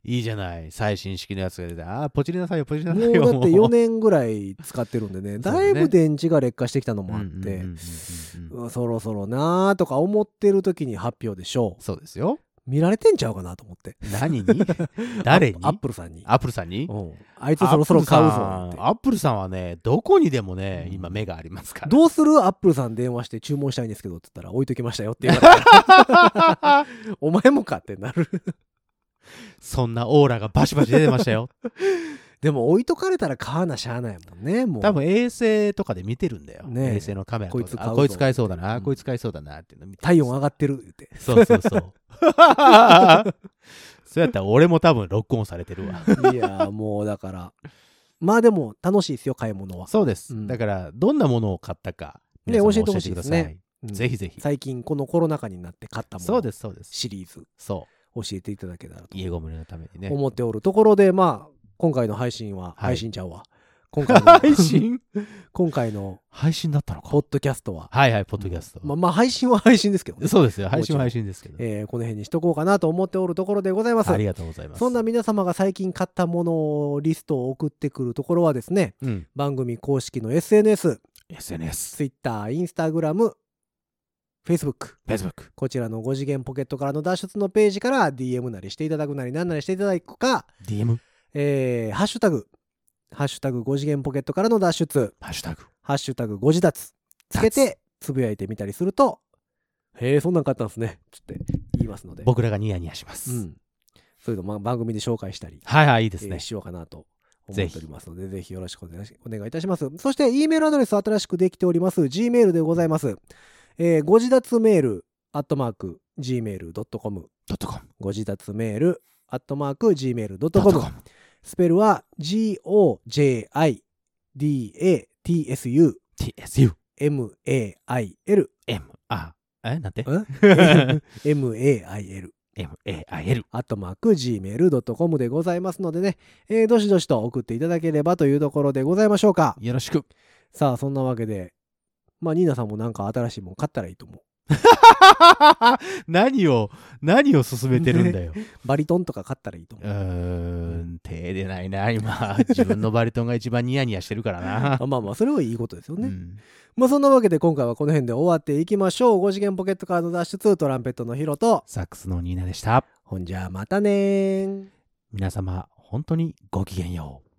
Speaker 3: いいじゃない。最新式のやつが出て、ああ、ポチりなさいよ、ポチり
Speaker 2: も
Speaker 3: な
Speaker 2: う
Speaker 3: さ
Speaker 2: だっ
Speaker 3: い
Speaker 2: て
Speaker 3: よ。
Speaker 2: 4年ぐらい使ってるんでね
Speaker 3: そうだ
Speaker 2: だ
Speaker 3: ね
Speaker 2: いぶ電池が劣化してきたのも
Speaker 3: も
Speaker 2: あっ
Speaker 3: ううんうん
Speaker 2: て
Speaker 3: うんうんうんうん
Speaker 2: うんそろそろなーとか思ってる時に発表でしょ
Speaker 3: そうですよ。
Speaker 2: う見られてんちゃうかなと思って [LAUGHS]
Speaker 3: 何に誰に
Speaker 2: アップルさんに
Speaker 3: アップルさんに
Speaker 2: うんあいつそろそろ買うぞって
Speaker 3: アップルさんはね、どこにでもね、
Speaker 2: うん
Speaker 3: 今目がありますから。
Speaker 2: どうするアップルさん電話して注文したいんですけどって言ったら置いときましたよって言われた [LAUGHS] お前もかってなる
Speaker 3: そんなオーラがバシバシ出てましたよ。
Speaker 2: でも置いとかれたら買わなしゃあないもんねもう
Speaker 3: 多分衛星とかで見てるんだよ。
Speaker 2: ねえ
Speaker 3: 衛星のカメラとかで
Speaker 2: こいつ買う
Speaker 3: あ
Speaker 2: ぞ
Speaker 3: こいつ買いそうだな、あ
Speaker 2: うん
Speaker 3: こいつ買いそうだなっていうの見て
Speaker 2: 体温上がってる言って
Speaker 3: そうそうそう。そうやったら俺も多分ロックオンされ
Speaker 2: [LAUGHS]
Speaker 3: てるわ。
Speaker 2: [LAUGHS] いやもうだからまあでも楽しいですよ買い物は
Speaker 3: そうです。
Speaker 2: うん
Speaker 3: だから、どんなものを買ったか、
Speaker 2: ね
Speaker 3: 皆さんも
Speaker 2: 教えてほしいですね
Speaker 3: 教えてくださ
Speaker 2: うん
Speaker 3: ぜひぜひ
Speaker 2: 最近このコロナ禍になって買った
Speaker 3: い。
Speaker 2: も
Speaker 3: そう
Speaker 2: の
Speaker 3: です、そうです。
Speaker 2: シリーズ
Speaker 3: そ
Speaker 2: 教えていただけたらと
Speaker 3: う。家ごもりのためにね。
Speaker 2: 思っておるところでまあ今回の配信は、
Speaker 3: はい
Speaker 2: 配信ちゃうわ今回 [LAUGHS] の
Speaker 3: [LAUGHS] 配信
Speaker 2: 今回の
Speaker 3: 配信だったのか
Speaker 2: ポッドキャストは
Speaker 3: はいはい、ポッドキャスト。
Speaker 2: まあまあ配信は配信ですけどね
Speaker 3: そうですよ。配信
Speaker 2: も
Speaker 3: は配
Speaker 2: ち
Speaker 3: 信ですけど。
Speaker 2: えーこの辺にしとこうかなと思っておるところでございます。
Speaker 3: ありがとうございます。
Speaker 2: そんな皆様が最近買ったものをリストを送ってくるところはですね、
Speaker 3: うん、
Speaker 2: 番組公式の SNS、
Speaker 3: SNS、
Speaker 2: Twitter、Instagram、Facebook、
Speaker 3: Facebook。
Speaker 2: こちらの5次元ポケットからの脱出のページから DM なりしていただくなり何なりしていただくか、
Speaker 3: DM、
Speaker 2: えーハッシュタグ、ハッシュタグ5次元ポケットからの脱出、
Speaker 3: ハッシュタグ。
Speaker 2: ハッシュタグ5次脱つけてつぶやいてみたりすると、へえ、そんなん買ったんですね、つって言いますので。
Speaker 3: 僕らがニヤニヤします。
Speaker 2: うん、そういうのまあ番組で紹介したり、
Speaker 3: はいはい、いいです
Speaker 2: えー
Speaker 3: ね。
Speaker 2: しようかなと思っておりますので、ぜひよろしくお願いしお願いいたします。そして、E メールアドレス新しくできております。Gmail でございます。えーご自立メール、アットマーク、gmail.com。
Speaker 3: ドットコム。
Speaker 2: ご自立メール、アットマーク、
Speaker 3: ドット
Speaker 2: gmail.com
Speaker 3: コ。ム。
Speaker 2: スペルは g-o-j-i-d-a-t-s-u-m-a-i-l
Speaker 3: tsu。m, r, えなんて
Speaker 2: m-a-i-l
Speaker 3: [LAUGHS] ?m, a, i, l。
Speaker 2: アットマーク gmail.com でございますのでね、えーどしどしと送っていただければというところでございましょうか。
Speaker 3: よろしく。 [LAUGHS]
Speaker 2: さあ、そんなわけで、まあ、ニーナさんもなんか新しいもん買ったらいいと思う。
Speaker 3: 何を、何を進めてるん [LAUGHS] だよ。
Speaker 2: バリトンとか買ったらいいと
Speaker 3: う
Speaker 2: 思う。
Speaker 3: ーん、手出ないな、今。 [LAUGHS] 自分のバリトンが一番ニヤニヤしてるから [LAUGHS] な。
Speaker 2: あまあまあ、それはいいことですよね。
Speaker 3: うん
Speaker 2: まあ、そんなわけで今回はこの辺で終わっていきましょう。5次元ポケットカード脱出、トランペットのヒロと、
Speaker 3: サックスのニーナでした。
Speaker 2: ほんじゃ、またねー。
Speaker 3: 皆様、本当にごきげんよう。